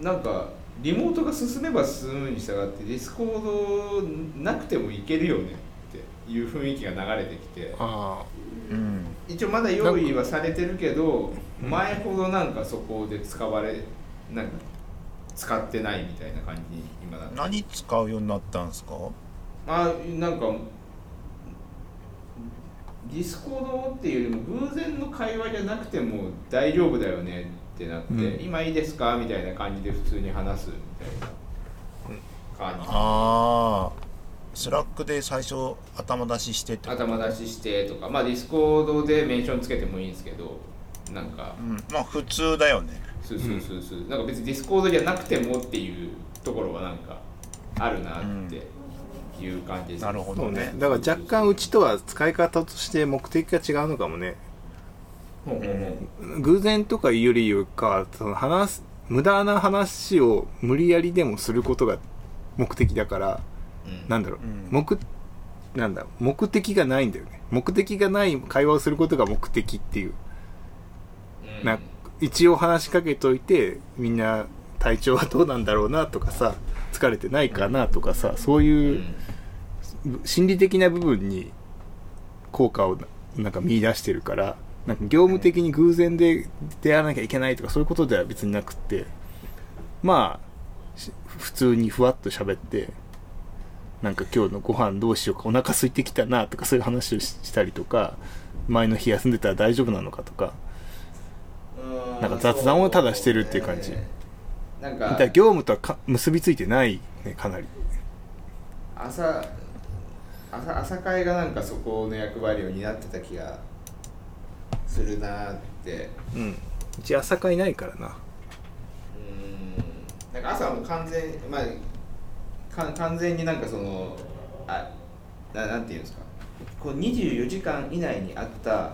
C: なんかリモートが進めば進むに従ってディスコードなくてもいけるよねっていう雰囲気が流れてきて
B: うあ
A: うん
C: 一応まだ用意はされてるけど前ほどなんかそこで使われなんか使ってないみたいな感じに今なって
A: 何使うようになったんですか
C: まあなんかディスコードっていうよりも偶然の会話じゃなくても大丈夫だよねってなって、
B: うん
C: 今いいですかみたいな感じで普通に話すみたいな感
A: ああスラックで最初頭出ししてって
C: じ
A: こと
C: 頭出ししてとかまあディスコードでメンションつけてもいいんですけどなんか
A: うんまあ普通だよね
C: スースースースーなんか別にディスコードじゃなくてもっていうところはなんかあるなっていう感じです、
A: なるほ
B: あそ
A: ど
B: うね
A: ね
B: だから若干うちとは使い方として目的が違うのかもね
C: ほうほうほう
B: 偶然とかいうよりかはその話す無駄な話を無理やりでもすることが目的だから
C: うん
B: なんだろう、
A: うん
B: 目なんだ目的がないんだよね目的がない会話をすることが目的っていう
C: うん
B: な一応話しかけといてみんな体調はどうなんだろうなとかさ疲れてないかなとかさそういう心理的な部分に効果をなんか見出してるからなんか業務的に偶然で出会わなきゃいけないとかそういうことでは別になくってまあし普通にふわっと喋ってなんか今日のご飯どうしようかお腹空いてきたなとかそういう話をししたりとか前の日休んでたら大丈夫なのかとか
C: う
B: なんか雑談をただしてるっていう感じ
C: そうねなん
B: だ
C: か
B: から業務とはか結びついてないねかなり
C: 朝朝朝会がなんかそこの役割を担ってた気がするなーって
B: うんうち朝会ないからな
C: うーんなんか朝はもう完全まあか完全になんかそのあななんていうんですかこう24時間以内にあった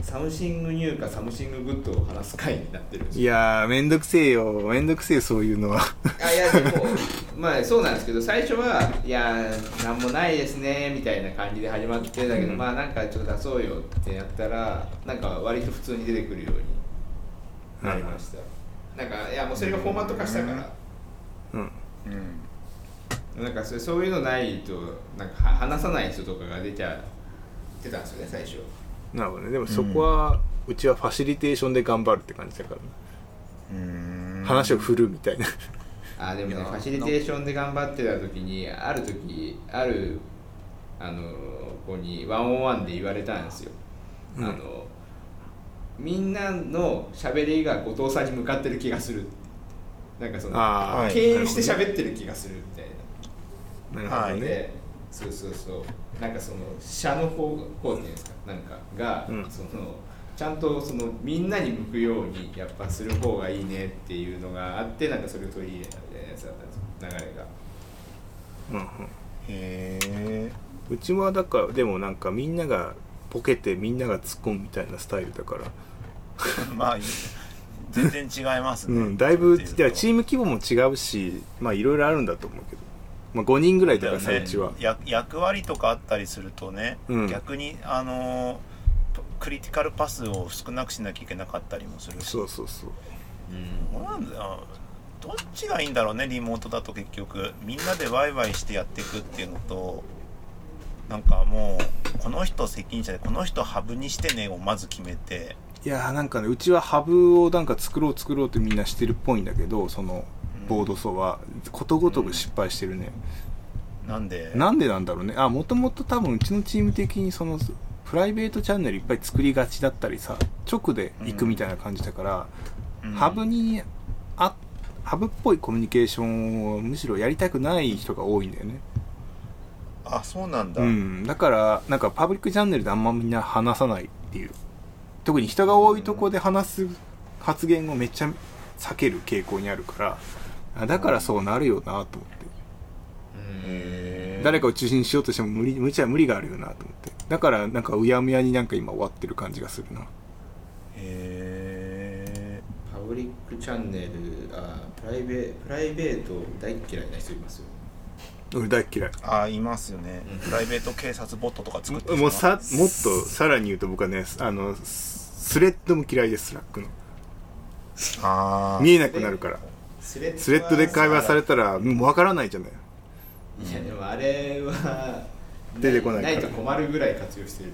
C: サムシングニューかサムシンググッドを話す会になってるんですよ
B: いやーめんどくせえよめんどくせえよそういうのは
C: あいやでもまあそうなんですけど最初はいやなんもないですねみたいな感じで始まってだけど、まあなんかちょっと出そうよってやったらなんか割と普通に出てくるようになりました、なんかいやもうそれがフォーマット化したから、
B: うん
A: うん
C: なんかそそういうのないとなんかは話さない人とかが出ちゃ出たんですよね最初
B: なるほどねでもそこは、うちはファシリテーションで頑張るって感じだからね、
A: うーん
B: 話を振るみたいな
C: あーでもね
A: い
C: フ
A: や
C: ァシリテーションで頑張ってた時にある時あるあの子にワンオンワンで言われたんですよ、
B: うん
C: あのみんなの喋りが後藤さんに向かってる気がするなんかその
B: あ
A: ー はい
C: 敬遠して喋ってる気がするみた
B: なる
C: いな
B: ほど
A: はい
B: ね、
C: でそうそうそうなんかその社の方向っていうんですかなんかが、
B: うん
C: そのちゃんとそのみんなに向くようにやっぱする方がいいねっていうのがあってなんかそれを取り入れたみたいなやつだったんですよ流れが
B: うんうん、
A: へえ
B: うちはだからでもなんかみんながボケてみんなが突っ込むみたいなスタイルだから、
A: まあいい全然違いますね、
B: うん、だいぶ
A: ちょっと
B: いやチーム規模も違うしまあいろいろあるんだと思うけど、まあ、5人ぐらいだからさうちは、
A: や役割とかあったりするとね、
B: うん
A: 逆にあのーとクリティカルパスを少なくしなきゃいけなかったりもするし
B: そうそうそう
A: どうなんだよどっちがいいんだろうねリモートだと結局みんなでワイワイしてやっていくっていうのとなんかもうこの人責任者でこの人ハブにしてねをまず決めて、
B: いやーなんかねうちはハブをなんか作ろう作ろうってみんなしてるっぽいんだけどそのボード層はことごとく失敗してるね、
A: なんで
B: なんでなんだろうねあもともと多分うちのチーム的にそのプライベートチャンネルいっぱい作りがちだったりさ直で行くみたいな感じだから、
A: うん
B: ハブにあハブっぽいコミュニケーションをむしろやりたくない人が多いんだよね、
A: あそうなんだ、
B: うん、だからなんかパブリックチャンネルであんまみんな話さないっていう特に人が多いとこで話す発言をめっちゃ避ける傾向にあるからあだからそうなるよなと思って
A: へー
B: 誰かを中心にしようとしても無理無茶無理があるよなと思ってだからなんかうやむやになんか今終わってる感じがするな
A: へ
C: パブリックチャンネルあプライベプライベート大っ嫌いな人いますよ
B: 俺大っ嫌い
A: ーあいますよね、
C: うん
A: プライベート警察ボットとか作って
B: もう
A: しま
B: さもっとさらに言うと僕はねあのススレッドも嫌いですスラックの
A: あー
B: 見えなくなるから
C: スレッ
B: スレッドで会話されたらもうわからないじゃない
C: いやでもあれは
B: 出てこないか
C: な
B: ら
C: いと困るぐらい活用してる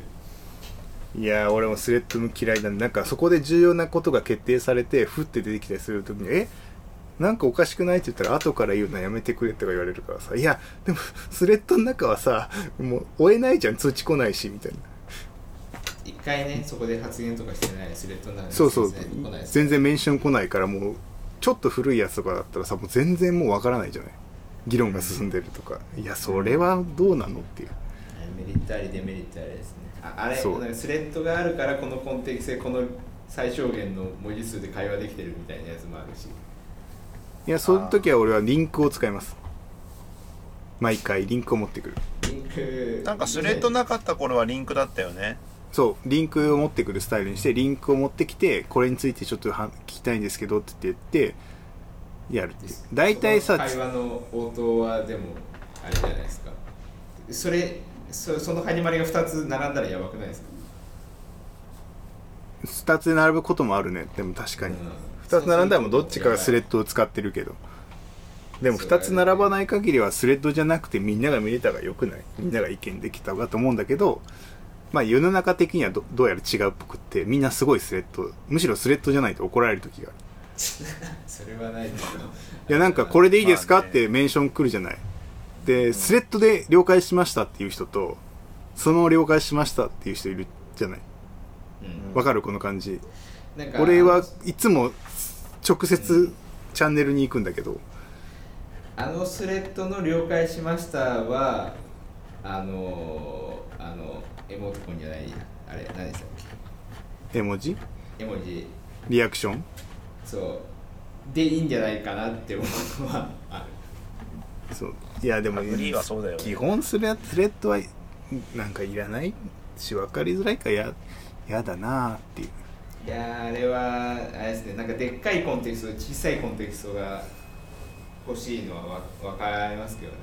B: いやー俺もスレッドも嫌いなんでなんかそこで重要なことが決定されてふって出てきたりするときに「えなんかおかしくない?」って言ったら後から言うのやめてくれとか言われるからさ「いやでも スレッドの中はさもう追えないじゃん通知来ないし」みたいな
C: 一回ねそこで発言とかしてないスレッドなんです
B: そうそう
C: 来ないです
B: 全然メンション来ないからもうちょっと古いやつとかだったらさもう全然もうわからないじゃない議論が進んでるとかいやそれはどうなのっていう
C: メリットありデメリットありですねああれ
B: そう
C: なんかスレッドがあるからこのコンテキストでこの最小限の文字数で会話できてるみたいなやつもあるし
B: いやそういう時は俺はリンクを使います毎回リンクを持ってくる
C: リンク
A: なんかスレッドなかった頃はリンクだったよね
B: そうリンクを持ってくるスタイルにしてリンクを持ってきてこれについてちょっとは聞きたいんですけどって言ってやるっていう大体さ
C: その会話の応答はでもあれじゃないですかそれそその始まりが2つ並んだらやばくないですか
B: 2つ並ぶこともあるねでも確かに、
C: うん
B: 2つ並んだらもうどっちかがスレッドを使ってるけどでも
C: そうだ
B: 2
C: ね
B: つ並ばない限りはスレッドじゃなくてみんなが見れたがよくないみんなが意見できた方がと思うんだけどまあ世の中的にはどどうやら違うっぽくってみんなすごいスレッドむしろスレッドじゃないと怒られる時がある
C: それはないですけど
B: いやなんかこれでいいですか
A: まあ
B: っ
A: ね
B: てメンション来るじゃないでスレッドで了解しましたっていう人とそのまま了解しましたっていう人いるじゃない
C: うん
B: わかるこの感じ
C: なんか
B: 俺はいつも直接チャンネルに行くんだけど
C: あのスレッドの了解しましたはあのー、あのエモートコンじゃないやあれ何でしたっ
B: 絵文字
C: け絵文字
B: リアクション
C: そうでいいんじゃないかなって思うのはあ
B: そういやでも
A: フリーはそうだよね
B: 基本スレスレッドはなんかいらないし分かりづらいからややだなあっていう
C: るいやーあれはあれですねなんかでっかいコンテキスト小さいコンテキストが欲しいのはわ分かりますけどね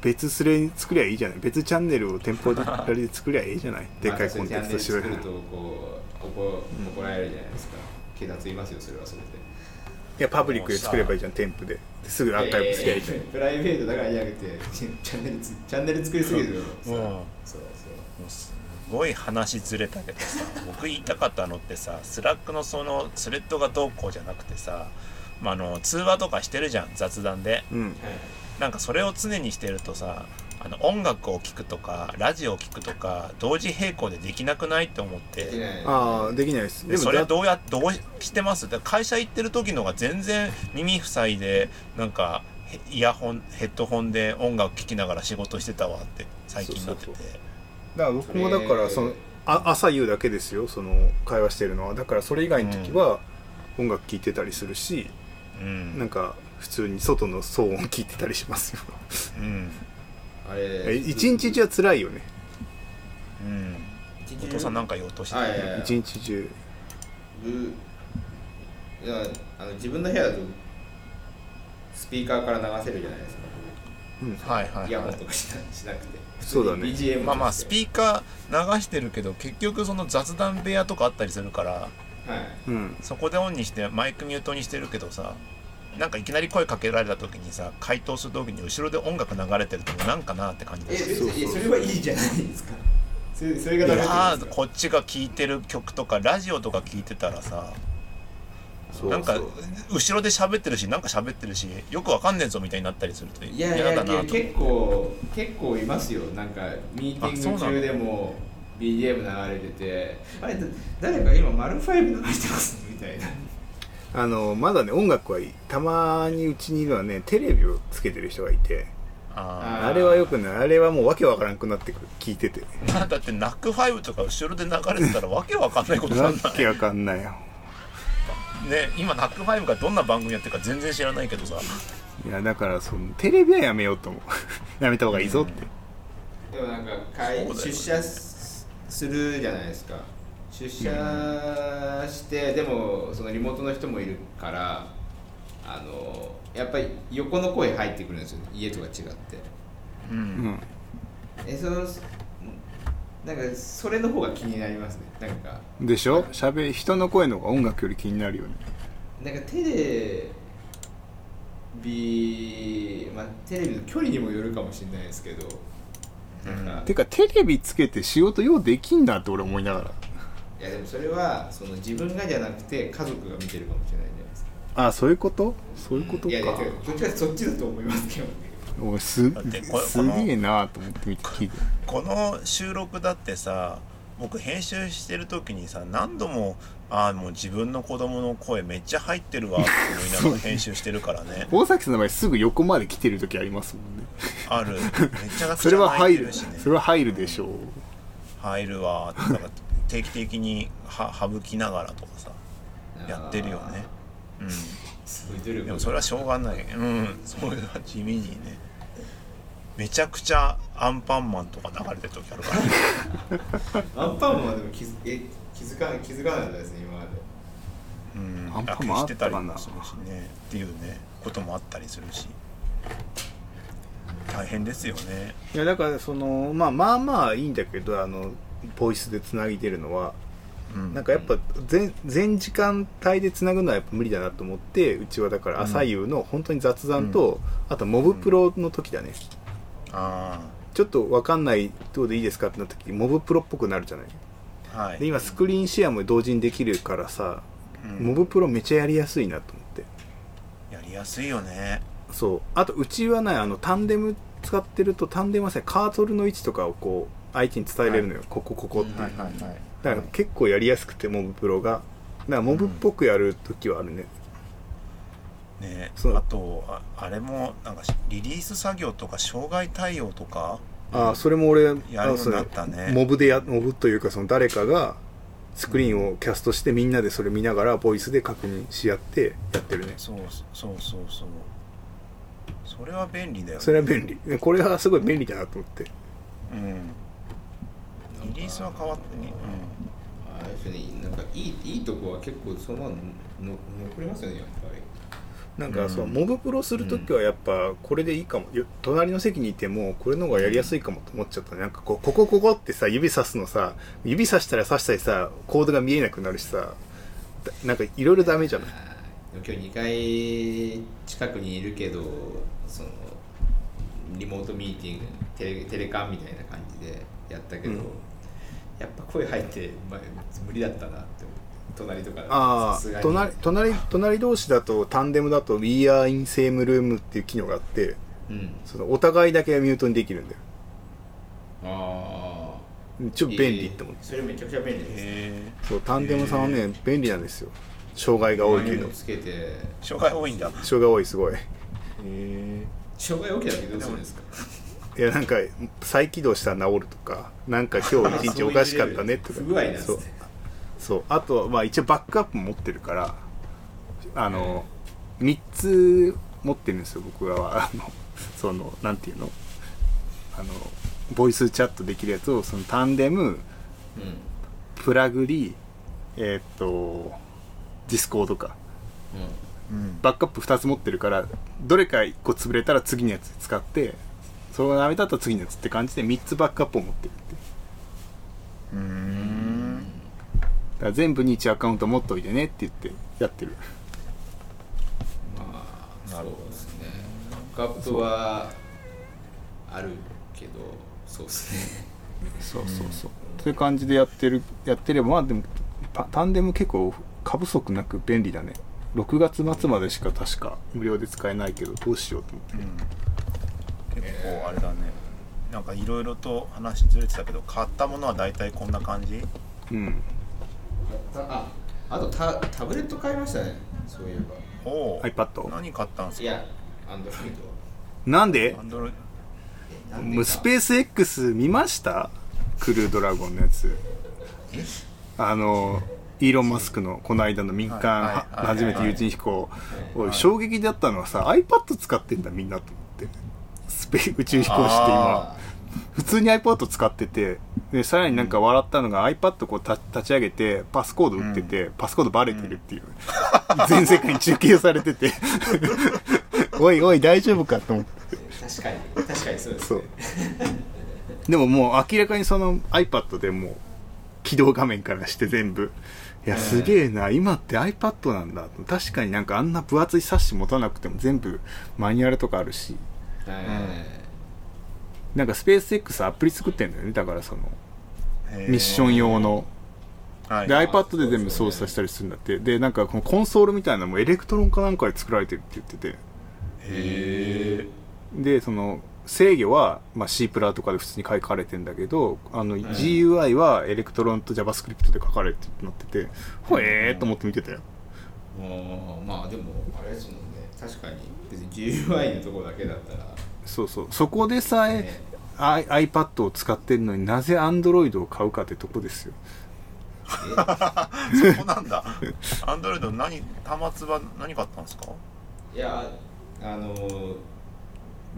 B: 別スレ作りゃいいじゃない別チャンネルを店舗でで作りゃいいじ ゃないでっかいコンテンツとしろ
C: まあそういうチャンネル作るとこう怒怒られるじゃないですか警察いますよそれはそれで
B: いやパブリックで作ればいいじゃん店舗ですぐアーカイブすりゃいいじゃん、
C: やややプライベートだからじゃなくてチャンネルつチャンネル作りすぎるよ
A: うん
C: そうそ
A: もうすごい話ずれたけど さ僕言いたかったのってさスラックのそのスレッドがどうこうじゃなくてさ、まあ、あの通話とかしてるじゃん雑談で
B: うん
C: うはい
A: なんかそれを常にしてるとさあの音楽を聴くとかラジオを聴くとか同時並行でできなくないって思っ
C: でき
A: て
C: ない
B: ああできないです
A: でそれ
B: だ
A: どうやどうしてますだから会社行ってる時のが全然耳塞いでなんかへイヤホンヘッドホンで音楽聴きながら仕事してたわって最近なってて
B: そうだから僕もだからそのあ朝夕だけですよその会話してるのはだからそれ以外の時は音楽聴いてたりするし、
A: うん
B: なんか普通に外の騒音聞いてたりしますよ
A: うん
C: あ
B: え
C: れ
B: 一日中は辛いよね
A: うん
C: 一
A: お
C: 日
A: 父さんなんか
C: か
A: 言おうとして
C: あいやい
A: る
C: や
B: 一日中
C: ぶいやあの自分の部屋だとスピーカーから流せるじゃないですか
A: はいはい
C: イヤ
A: は
C: ホン
A: い
C: とかしなしなくて
B: そうだね
C: BGM
A: まあまあスピーカー流してるけど結局その雑談部屋とかあったりするから
C: ーはい
B: うん
A: そこでオンにしてマイクミュートにしてるけどさなんかいきなり声かけられた時にさ回答する時に後ろで音楽流れてるとなんかなって感じ
C: え
A: がする
C: 別
B: そうそう
C: にそれはいいじゃないですかそれそれが
A: い
C: ダメ
A: や
C: なんで
A: ー
C: すか
A: こっちが聴いてる曲とかラジオとか聴いてたらさ
B: そう
A: なんか
B: そう
A: 後ろで喋ってるしなんか喋ってるしよくわかんねえぞみたいになったりすると
C: いや
A: 嫌
C: いやい
A: だなと思っ
C: や
A: て
C: 結構結構いますよなんかミーティン
A: あ
C: グ
A: そうな
C: 中
A: の
C: でも BGM 流れててあれだ誰か今マルファイブ流してますみたいな
B: あのまだね音楽はいいたまにうちにいるのはねテレビをつけてる人がいて
A: あ
B: あれはよくないあれはもうわけわからなくなってくる聞いてて
A: ーだってナックファイブとか後ろで流れてたらわけわかんないことな
B: わ
A: んない
B: けわかんないよ
A: ね今ナックファイブがどんな番組やってるか全然知らないけどさ
B: いやだからそのテレビはやめようと思う やめた方がいいぞって、
C: でもなんか会、
A: そうだよ
C: 出社すするじゃないですか出社して、でもそのリモートの人もいるからあのやっぱり横の声入ってくるんですよ家とか違って
A: う
B: うんん
C: えそのなんかそれの方が気になりますねなんか
B: でしょ喋り人の声の方が音楽より気になるよね
C: なんかテレビ、まあ、テレビの距離にもよるかもしれないですけど、なんか
B: てかテレビつけて仕事ようできんなって俺思いながら
C: いやでもそれはその自分がじゃなくて家族が見てるかもしれないじゃないですか。
B: ああそういうことそういうこと
C: いやいや
B: か
C: てかどっちかってそっちだと思いますけどね。
B: 俺す
A: だってこ
B: すげえなと思って見て聞 いて
A: この収録だってさ僕編集してる時にさ何度も「ああもう自分の子供の声めっちゃ入ってるわ」って思いながら編集してるからね
B: 大崎さんの前すぐ横まで来てる時ありますもんね
A: あるめちゃく
B: そ
A: ち
B: れ
A: ゃ
B: は
A: 入
B: 入
A: って
B: る
A: るしね
B: それは入るでしょう
A: 入るわーってだから定期的には省きながらとかさやってるよねう
C: あー。すごい努力。
A: んでもそれはしょうがないうんそれは地味にねめちゃくちゃアンパンマンとか流れてる時あるからね
C: アンパンマンはでも気づえ気づか気づかなかったですね今まで。
A: うん、
B: アンパンマン
A: してたり
B: あ
A: も
B: った
A: す
B: か
A: る
B: な
A: しねっていうねこともあったりするし大変ですよね
B: いやだからそのまあまあまあいいんだけどあのボイスでつなぎてるのは
A: うん
B: なんかやっぱ全全時間帯でつなぐのはやっぱ無理だなと思ってうちはだから朝夕の本当に雑談と、あとモブプロの時だね、
A: あ
B: ちょっとわかんないどうでいいですかってなった時モブプロっぽくなるじゃない
A: あはい
B: で今スクリーンシェアも同時にできるからさ、
A: うん
B: モブプロめちゃやりやすいなと思って
A: やりやすいよね
B: そうあとうちはねあのタンデム使ってるとタンデムはさカートルの位置とかをこう相手に伝えれるのよ、ここここっていう、
A: はいはい
B: だから結構やりやすくてモブプロがだからモブっぽくやる時はあるね、
A: ね
B: そう
A: あとああれもなんかしリリース作業とか障害対応とか
B: ああそれも俺
A: やるようになったね
B: あのそのモブでやモブというかその誰かがスクリーンをキャストしてみんなでそれ見ながらボイスで確認し合ってやってるね
A: そうそうそうそうそれは便利だよね
B: それは便利これはすごい便利だなと思って
A: うんリリースは変わってね
C: ああいうふうになんかいいいいとこは結構そのままのの残りますよねやっぱり
B: なんかそう
A: うん
B: モブプロする時はやっぱこれでいいかもよ隣の席にいてもこれの方がやりやすいかもと思っちゃったねなんかこうここここってさ指さすのさ指さしたらさしたりさコードが見えなくなるしさだなんかいろいろダメじゃない
C: 今日2回近くにいるけどそのリモートミーティングテレテレカンみたいな感じでやったけど、
B: うん
C: やっぱ声入って、まあ、無理だったなって思って隣とかだと
B: あ
C: さすが
B: あ
C: に
B: 隣隣隣同士だとタンデムだと We are in same room っていう機能があって
C: うん
B: そのお互いだけミュートにできるんだよ
C: あ
B: ちょっと便利って思って、
C: それめちゃくちゃ便利
A: うん
C: ですね
A: へえ
B: そうタンデムさんはね、便利なんですよ障害が多いけ
C: マイ
B: ど
C: クつけて
A: 障害多いんだへ
B: 障害多いすごい
A: え
C: 障害起きた時どうするんですか
B: いやなんか再起動したら治るとかなんか今日一日おかしかったねとか
C: 不具合なんです
B: そ
C: ね
B: うそうあとはまあ一応バックアップも持ってるからあの、3つ持ってるんですよ僕らはあのそのなんていうのあのボイスチャットできるやつをそのタンデム
C: う
B: プラグリえーっとディスコードか
C: んうん
A: うん
B: バックアップ2つ持ってるからどれか1個潰れたら次のやつ使ってそれがダメだったら次のやつって感じで3つバックアップを持ってるって
A: うーん
B: だから全部に1アカウント持っといてねって言ってやってる
C: まあ
A: な
C: そう
A: るほど
C: ですねバックアップはあるけどそうですね
B: そうそうそうそういう感じでやってるやってればまあでもパタンデム結構過不足なく便利だね6月末までしか確か無料で使えないけどどうしようと思って
A: うん結構あれだねなんかいろいろと話ずれてたけど買ったものは大体こんな感じ
B: うん
C: たああとタタブレット買いましたねそういえば
A: おお
B: iPad
A: 何買ったんです
C: い
A: か
C: やアンドロイ
B: なんで
A: アンドロイ
C: ドなん
B: も
C: でか
B: うスペース X 見ましたクルードラゴンのやつあのイーロン・マスクのこの間の民間
A: はい
B: は
A: はいはい
B: 初めて有人飛行おい衝撃だったのはさ iPad 使ってんだみんなと思ってスペ宇宙飛行士って今
A: あ
B: 普通に iPad 使っててでさらになんか笑ったのが iPad こうた立ち上げてパスコード打ってて、パスコードバレてるっていう、全世界に中継されて ておいおい大丈夫かと思って。
C: 確かに確かにそうです
B: そ
C: ね
B: うでももう明らかにその iPad でもう起動画面からして全部いや
C: うん
B: すげえな、今って iPad なんだ確かになんかあんな分厚い冊子持たなくても全部マニュアルとかあるし
C: はい
B: なんかスペース X アプリ作ってんだよねだからその
A: へー
B: ミッション用の
A: はい
B: で iPad で全部操作したりするんだってでなんかこのコンソールみたいなのもエレクトロンかなんかで作られてるって言ってて
A: へえ
B: でその制御は、まあ、C プラとかで普通に書かれてんだけどあの GUI はエレクトロンと JavaScript で書かれてるってなっててほえーと思って見てたよ
C: もうまあでもあれですもんね確かに別に GUI のとこだけだったら
B: そうそうそこでさえ、
C: ね
B: I- iPad を使ってるのになぜ Android を買うかってとこですよ
A: そうなん だアンドロイド何端末は何買ったんですか
C: いやあのー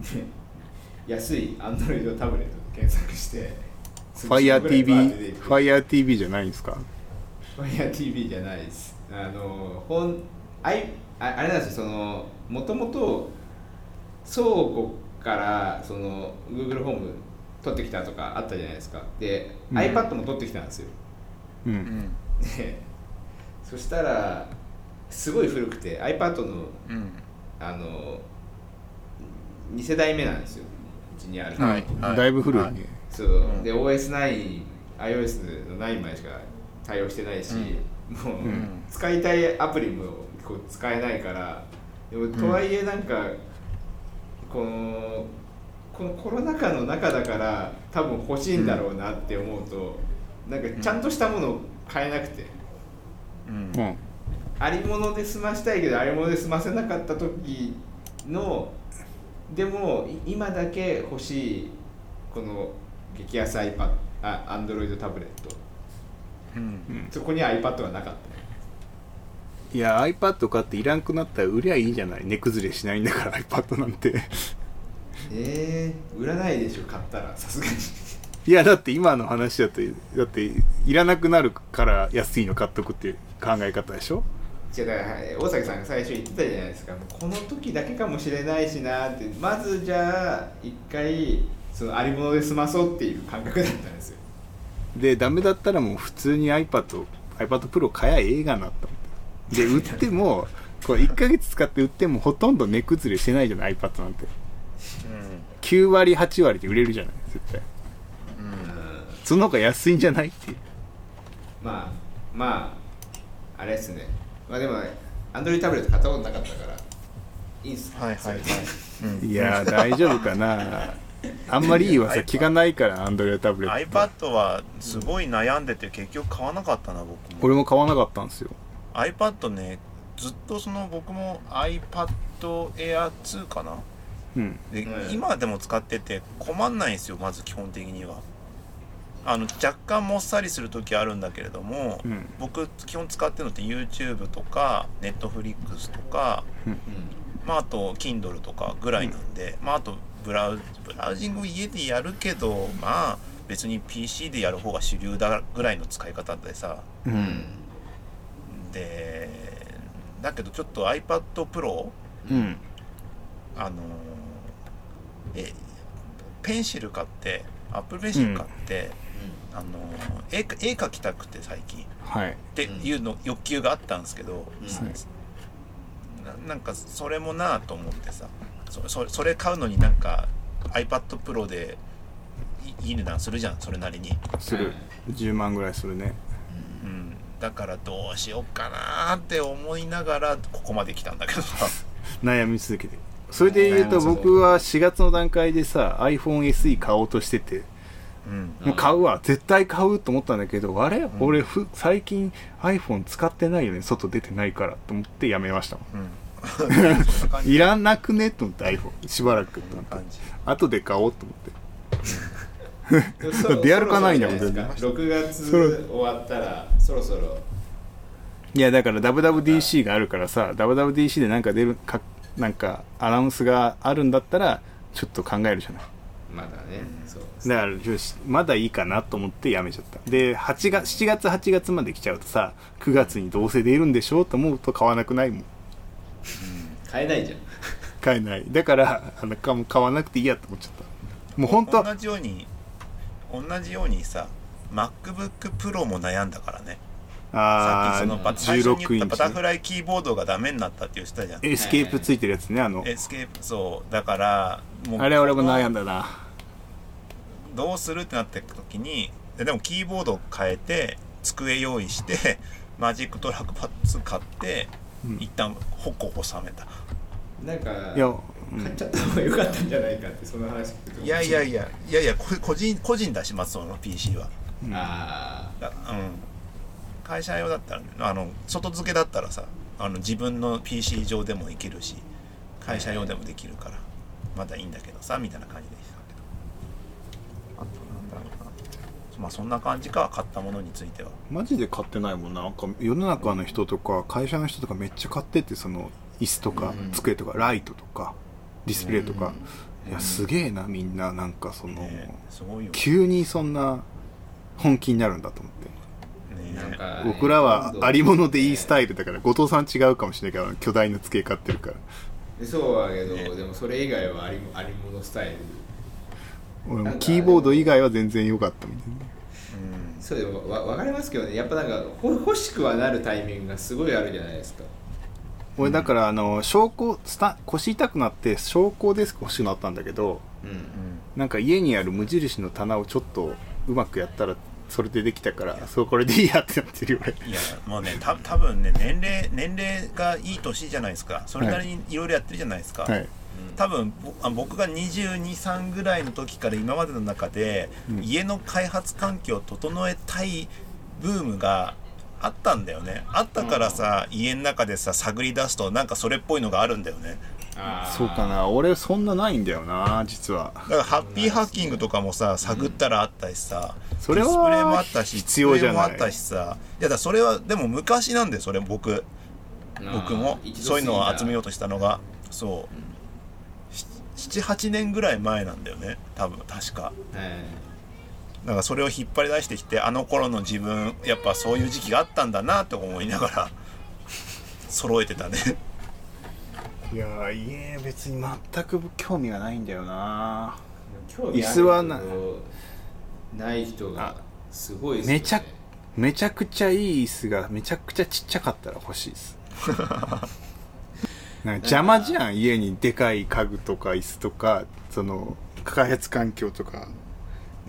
C: 安いアンドロイドタブレットで検索して
B: FireTV
C: FireTV
B: FireTV じゃないんですか
C: FireTV じゃないですあのーほんあいああれなんですよそのもともと倉庫からその Google ホーム取ってきたとかあったじゃないですかで、
B: うん
C: iPad も取ってきたんですよ
B: う
A: うんん
C: でそしたらすごい古くて iPad の
A: うん
C: あの2世代目なんですようちにあるの
A: はいはい
B: だいぶ古いね、
A: はい
C: そう、
A: うん
C: で OS9iOS の9までしか対応してないし、もう、
B: うん
C: 使いたいアプリもこう使えないからでもとはいえなんか、このこのコロナ禍の中だから多分欲しいんだろうなって思うと、なんかちゃんとしたものを買えなくて、
A: うん
B: うん
C: ありもので済ましたいけどありもので済ませなかった時のでもい今だけ欲しいこの激安 iPad あ Android タブレット
A: うん
B: うん
C: そこに iPad はなかっ
B: いや iPad 買っていらんくなったら売りゃいいんじゃない値崩れしないんだから iPad なんて
C: たえー、売らないでしょ買ったらさすがに
B: いやだって今の話だとだっていらなくなるから安いの買っとくっていう考え方でしょ
C: 違うだからはい大崎さんが最初言ってたじゃないですかもうこの時だけかもしれないしなってまずじゃあ一回そのありもので済まそうっていう感覚だったんですよ
B: でダメだったらもう普通に iPad iPad Pro 買やええがなと思ってで売ってもこれ1ヶ月使って売ってもほとんど値崩れしてないじゃない iPad なんて9割8割で売れるじゃない絶対
C: うん
B: その方が安いんじゃないっていう
C: まあまああれですねまあでもアンドロイドタブレット買ったことなかったからいいんすか
A: はいはいはいうん
B: いやー大丈夫かなあんまりいい噂気がないからアンドロイドタブレット
A: iPad はすごい悩んでて結局買わなかったな僕も
B: 俺も買わなかったんですよ
A: iPad ねずっとその僕も iPadAir2 かな
B: うん
A: で、
C: うん
A: 今でも使ってて困んないんですよまず基本的にはあの若干もっさりする時あるんだけれども、
B: うん
A: 僕基本使ってるのって YouTube とか Netflix とか、
C: うん
A: まあ、あと Kindle とかぐらいなんで、まあ、あとブラウブラウジング家でやるけどまあ別に PC でやる方が主流だぐらいの使い方でさ
B: うん
A: でだけどちょっと iPad Pro
B: うん
A: あのーえペンシル買ってアップルペンシル買って、あのー絵絵描きたくて最近っ
B: はい
A: ていうの、欲求があったんですけど、ななんかそれもなあと思ってさそそそれ買うのになんか iPadPro でいいい値段するじゃんそれなりに、
B: する10万ぐらいするね
A: うん、だからどうしようかなーって思いながらここまで来たんだけどさ
B: 悩み続けてそれで言うと
C: 悩み続けて
B: 僕は4月の段階でさ iPhoneSE 買おうとしてて
A: うん
B: もう買うわ絶対買うと思ったんだけどあれ
A: ん
B: 俺ふ最近 iPhone 使ってないよね外出てないからと思ってやめましたも
A: うん そんな感
B: ん
A: じ
B: いらなくねと思って iPhone しばらく
A: そんな感じ
B: 後で買おうと思って
C: うんそろ
B: 出歩かないんだもん
C: そろそろじゃないです
B: そ
C: か
B: ろ
C: 6月終わったらそろそろ
B: いやだから WWDC があるからさ WWDC でなんか出るかなんかアナウンスがあるんだったらちょっと考えるじゃない
C: まだねそうです
B: だからよしまだいいかなと思ってやめちゃったで8月7月8月まで来ちゃうとさ9月にどうせ出るんでしょうと思うと買わなくないもん
C: 買えないじゃん
B: 買えないだからあのかもう買わなくていいやと思っちゃったもう本 当
A: 同じように同じようにさ MacBookPro も悩んだからねさっき
B: あ
A: その
B: あ
A: バ最初に
B: 16
A: 言っ
B: イ
A: た
B: ン
A: バ
B: チ
A: タフライキーボードがダメになったって言ってたじゃん
B: エスケープついてるやつねあの
A: エスケープそうだからも
B: あれ俺も悩ん
A: だ
B: だな
A: どうするってなってた時にででもキーボードを変えて机用意してマジックトラックパッツ買って、
B: うん
A: 一旦ホコホ収めた
C: なんか
B: いや、う
C: 買っ
B: ん
C: ちゃった方が良かったんじゃないかってその話聞くと
A: いやいやいやいやいやこ個人個人だし松尾の PC は
C: あ
A: だうん会社用だったらねあの外付けだったらさあの自分の PC 上でもいけるし会社用でもできるからまだいいんだけどさみたいな感じでしたけどあとなんだろうなまあそんな感じか買ったものについては
B: マジで買ってないもんななんか世の中の人とか会社の人とかめっちゃ買っててその椅子とか
C: うん
B: 机とかライトとかディスプレイとか、いやすげえなみんななんかその、
A: ねえすごいよね
B: 急にそんな本気になるんだと思って
A: え
C: ーなんか
B: 僕らはありものでいいスタイルだから後藤さん違うかもしれないけど巨大な机買ってるから
C: そうだけど、
A: ね
C: でもそれ以外はありありものスタイル
B: 俺
C: な
B: も
C: んか
B: キーボード以外は全然良かったみたいな
A: うん
C: そうでもわ分かりますけどねやっぱなんかほ欲しくはなるタイミングがすごいあるじゃないですか
B: 俺だからあの証拠スタ腰痛くなって証拠デスク欲しくなったんだけど
C: うん
B: なんか家にある無印の棚をちょっとうまくやったらそれでできたからそうこれでいいやってなってるよ俺
A: いやもうねた多分ね年齢年齢がいい年じゃないですかそれなりにいろいろやってるじゃないですか、
B: はい
A: 多分ぼあ僕が223ぐらいの時から今までの中で、
B: うん
A: 家の開発環境を整えたいブームがあったんだよねあったからさ、家の中でさ探り出すとなんかそれっぽいのがあるんだよね
C: あー
B: そうかな俺そんなないんだよな実は
A: だからハッピーハッキングとかもさ探ったらあったしさ、
B: それは
A: ディスプレイもあったし
B: 必要じゃない
A: ディスプレイもあったしさいやだからそれはでも昔なんだよそれ僕僕も
C: あー一度
A: そういうのを集めよう
C: 過
A: としたのがそう78年ぐらい前なんだよね多分確か
C: ぎたはい
A: なんかそれを引っ張り出してきてあの頃の自分やっぱそういう時期があったんだなって思いながら 揃えてたね
B: いやー家別に全く興味がないんだよな
C: 興味あ
B: 椅
C: るけ
B: 子
C: ど
B: はな
C: ない人
B: あ
C: がすごいですよね
B: めちゃめちゃくちゃいい椅子がめちゃくちゃちっちゃかったら欲しいですなんか邪魔じゃん家にでかい家具とか椅子とかその開発環境とか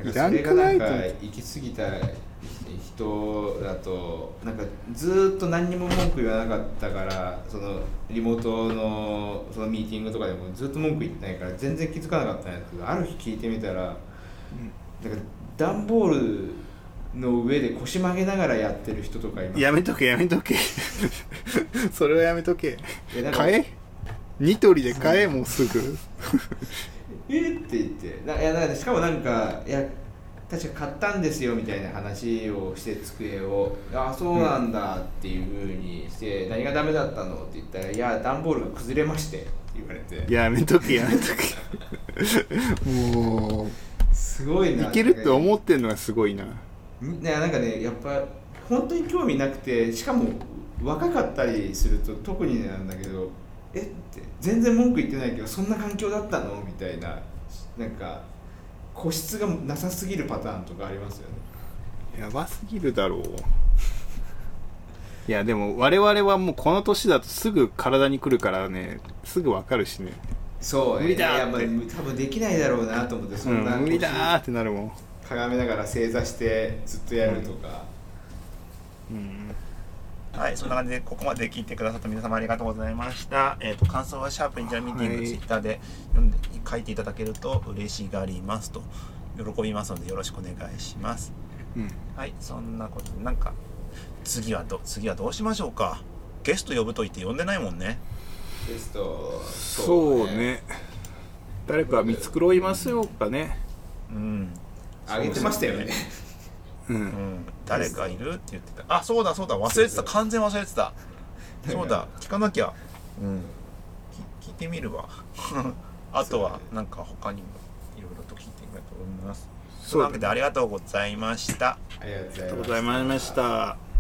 B: いらんくないと思
C: んかそれが
B: っ
C: なん
B: て
C: か行き過ぎた人だとなんかずーっと何にも文句言わなかったからそのリモートのそのミーティングとかでもずっと文句言ってないから全然気づかなかったんですけどある日聞いてみたら、なんか段ボールの上で腰曲げながらやってる人とかいます
B: やめとけやめと けそれはやめとけ
C: いやなんか
B: 買えニトリで買えもうすぐ
C: えーって言ってないやなんかしかもなんかいや確か買ったんですよみたいな話をして机をああそうなんだっていうふうにして、何がダメだったのって言ったらいや段ボールが崩れましてって言われて
B: やめとけやめと けも
C: すごい
B: い
C: うな
B: けるって
C: う
B: 思ってんのがすごいな
C: なんかねやっぱ本当に興味なくてしかも若かったりすると特になんだけどえって全然文句言ってないけどそんな環境だったのみたいななんか個室がなさすぎるパターンとかありますよね
B: やばすぎるだろういやでも我々はもうこの年だとすぐ体に来るからねすぐわかるしね、
C: そう
B: 無理だ
C: いやいや
B: っ
C: まあ
B: て
C: 多分できないだろうなと思ってそ
B: うんん
C: な、、
B: 無理だーってなるもん、
C: 鏡ながら正座してずっとやるとか、
B: うん、
A: はい、そんな感じでここまで聞いてくださった皆様ありがとうございました。えっ、と感想はシャープインジャーミーティン
B: は
A: グ
B: い
A: ツイッターで読んで書いていただけると嬉しがりますと喜びますのでよろしくお願いします。
B: うん、
A: はい、そんなことなんか次はど次はどうしましょうか。ゲスト呼ぶと言って呼んでないもんね。
C: テスト
B: そうね誰か見繕いますよかね
A: うん、
C: あげてましたよね
B: う
A: うんん、誰かいるって言ってた。あ、そうだそうだ忘れてた完全忘れてた。そうだ聞かなきゃ。うん、き聞いてみるわ。 あとはなんか他にもいろいろと聞いてみたいと思います。そ
B: そ
A: な
B: ううだ
A: わ
B: ね
A: けでありがとうございました。
C: ありが
B: あ
C: と
B: り
C: う
B: がと
C: ご
B: うご
C: ざ
B: ざ
C: い
B: い
C: ま
B: ま
C: し
B: したた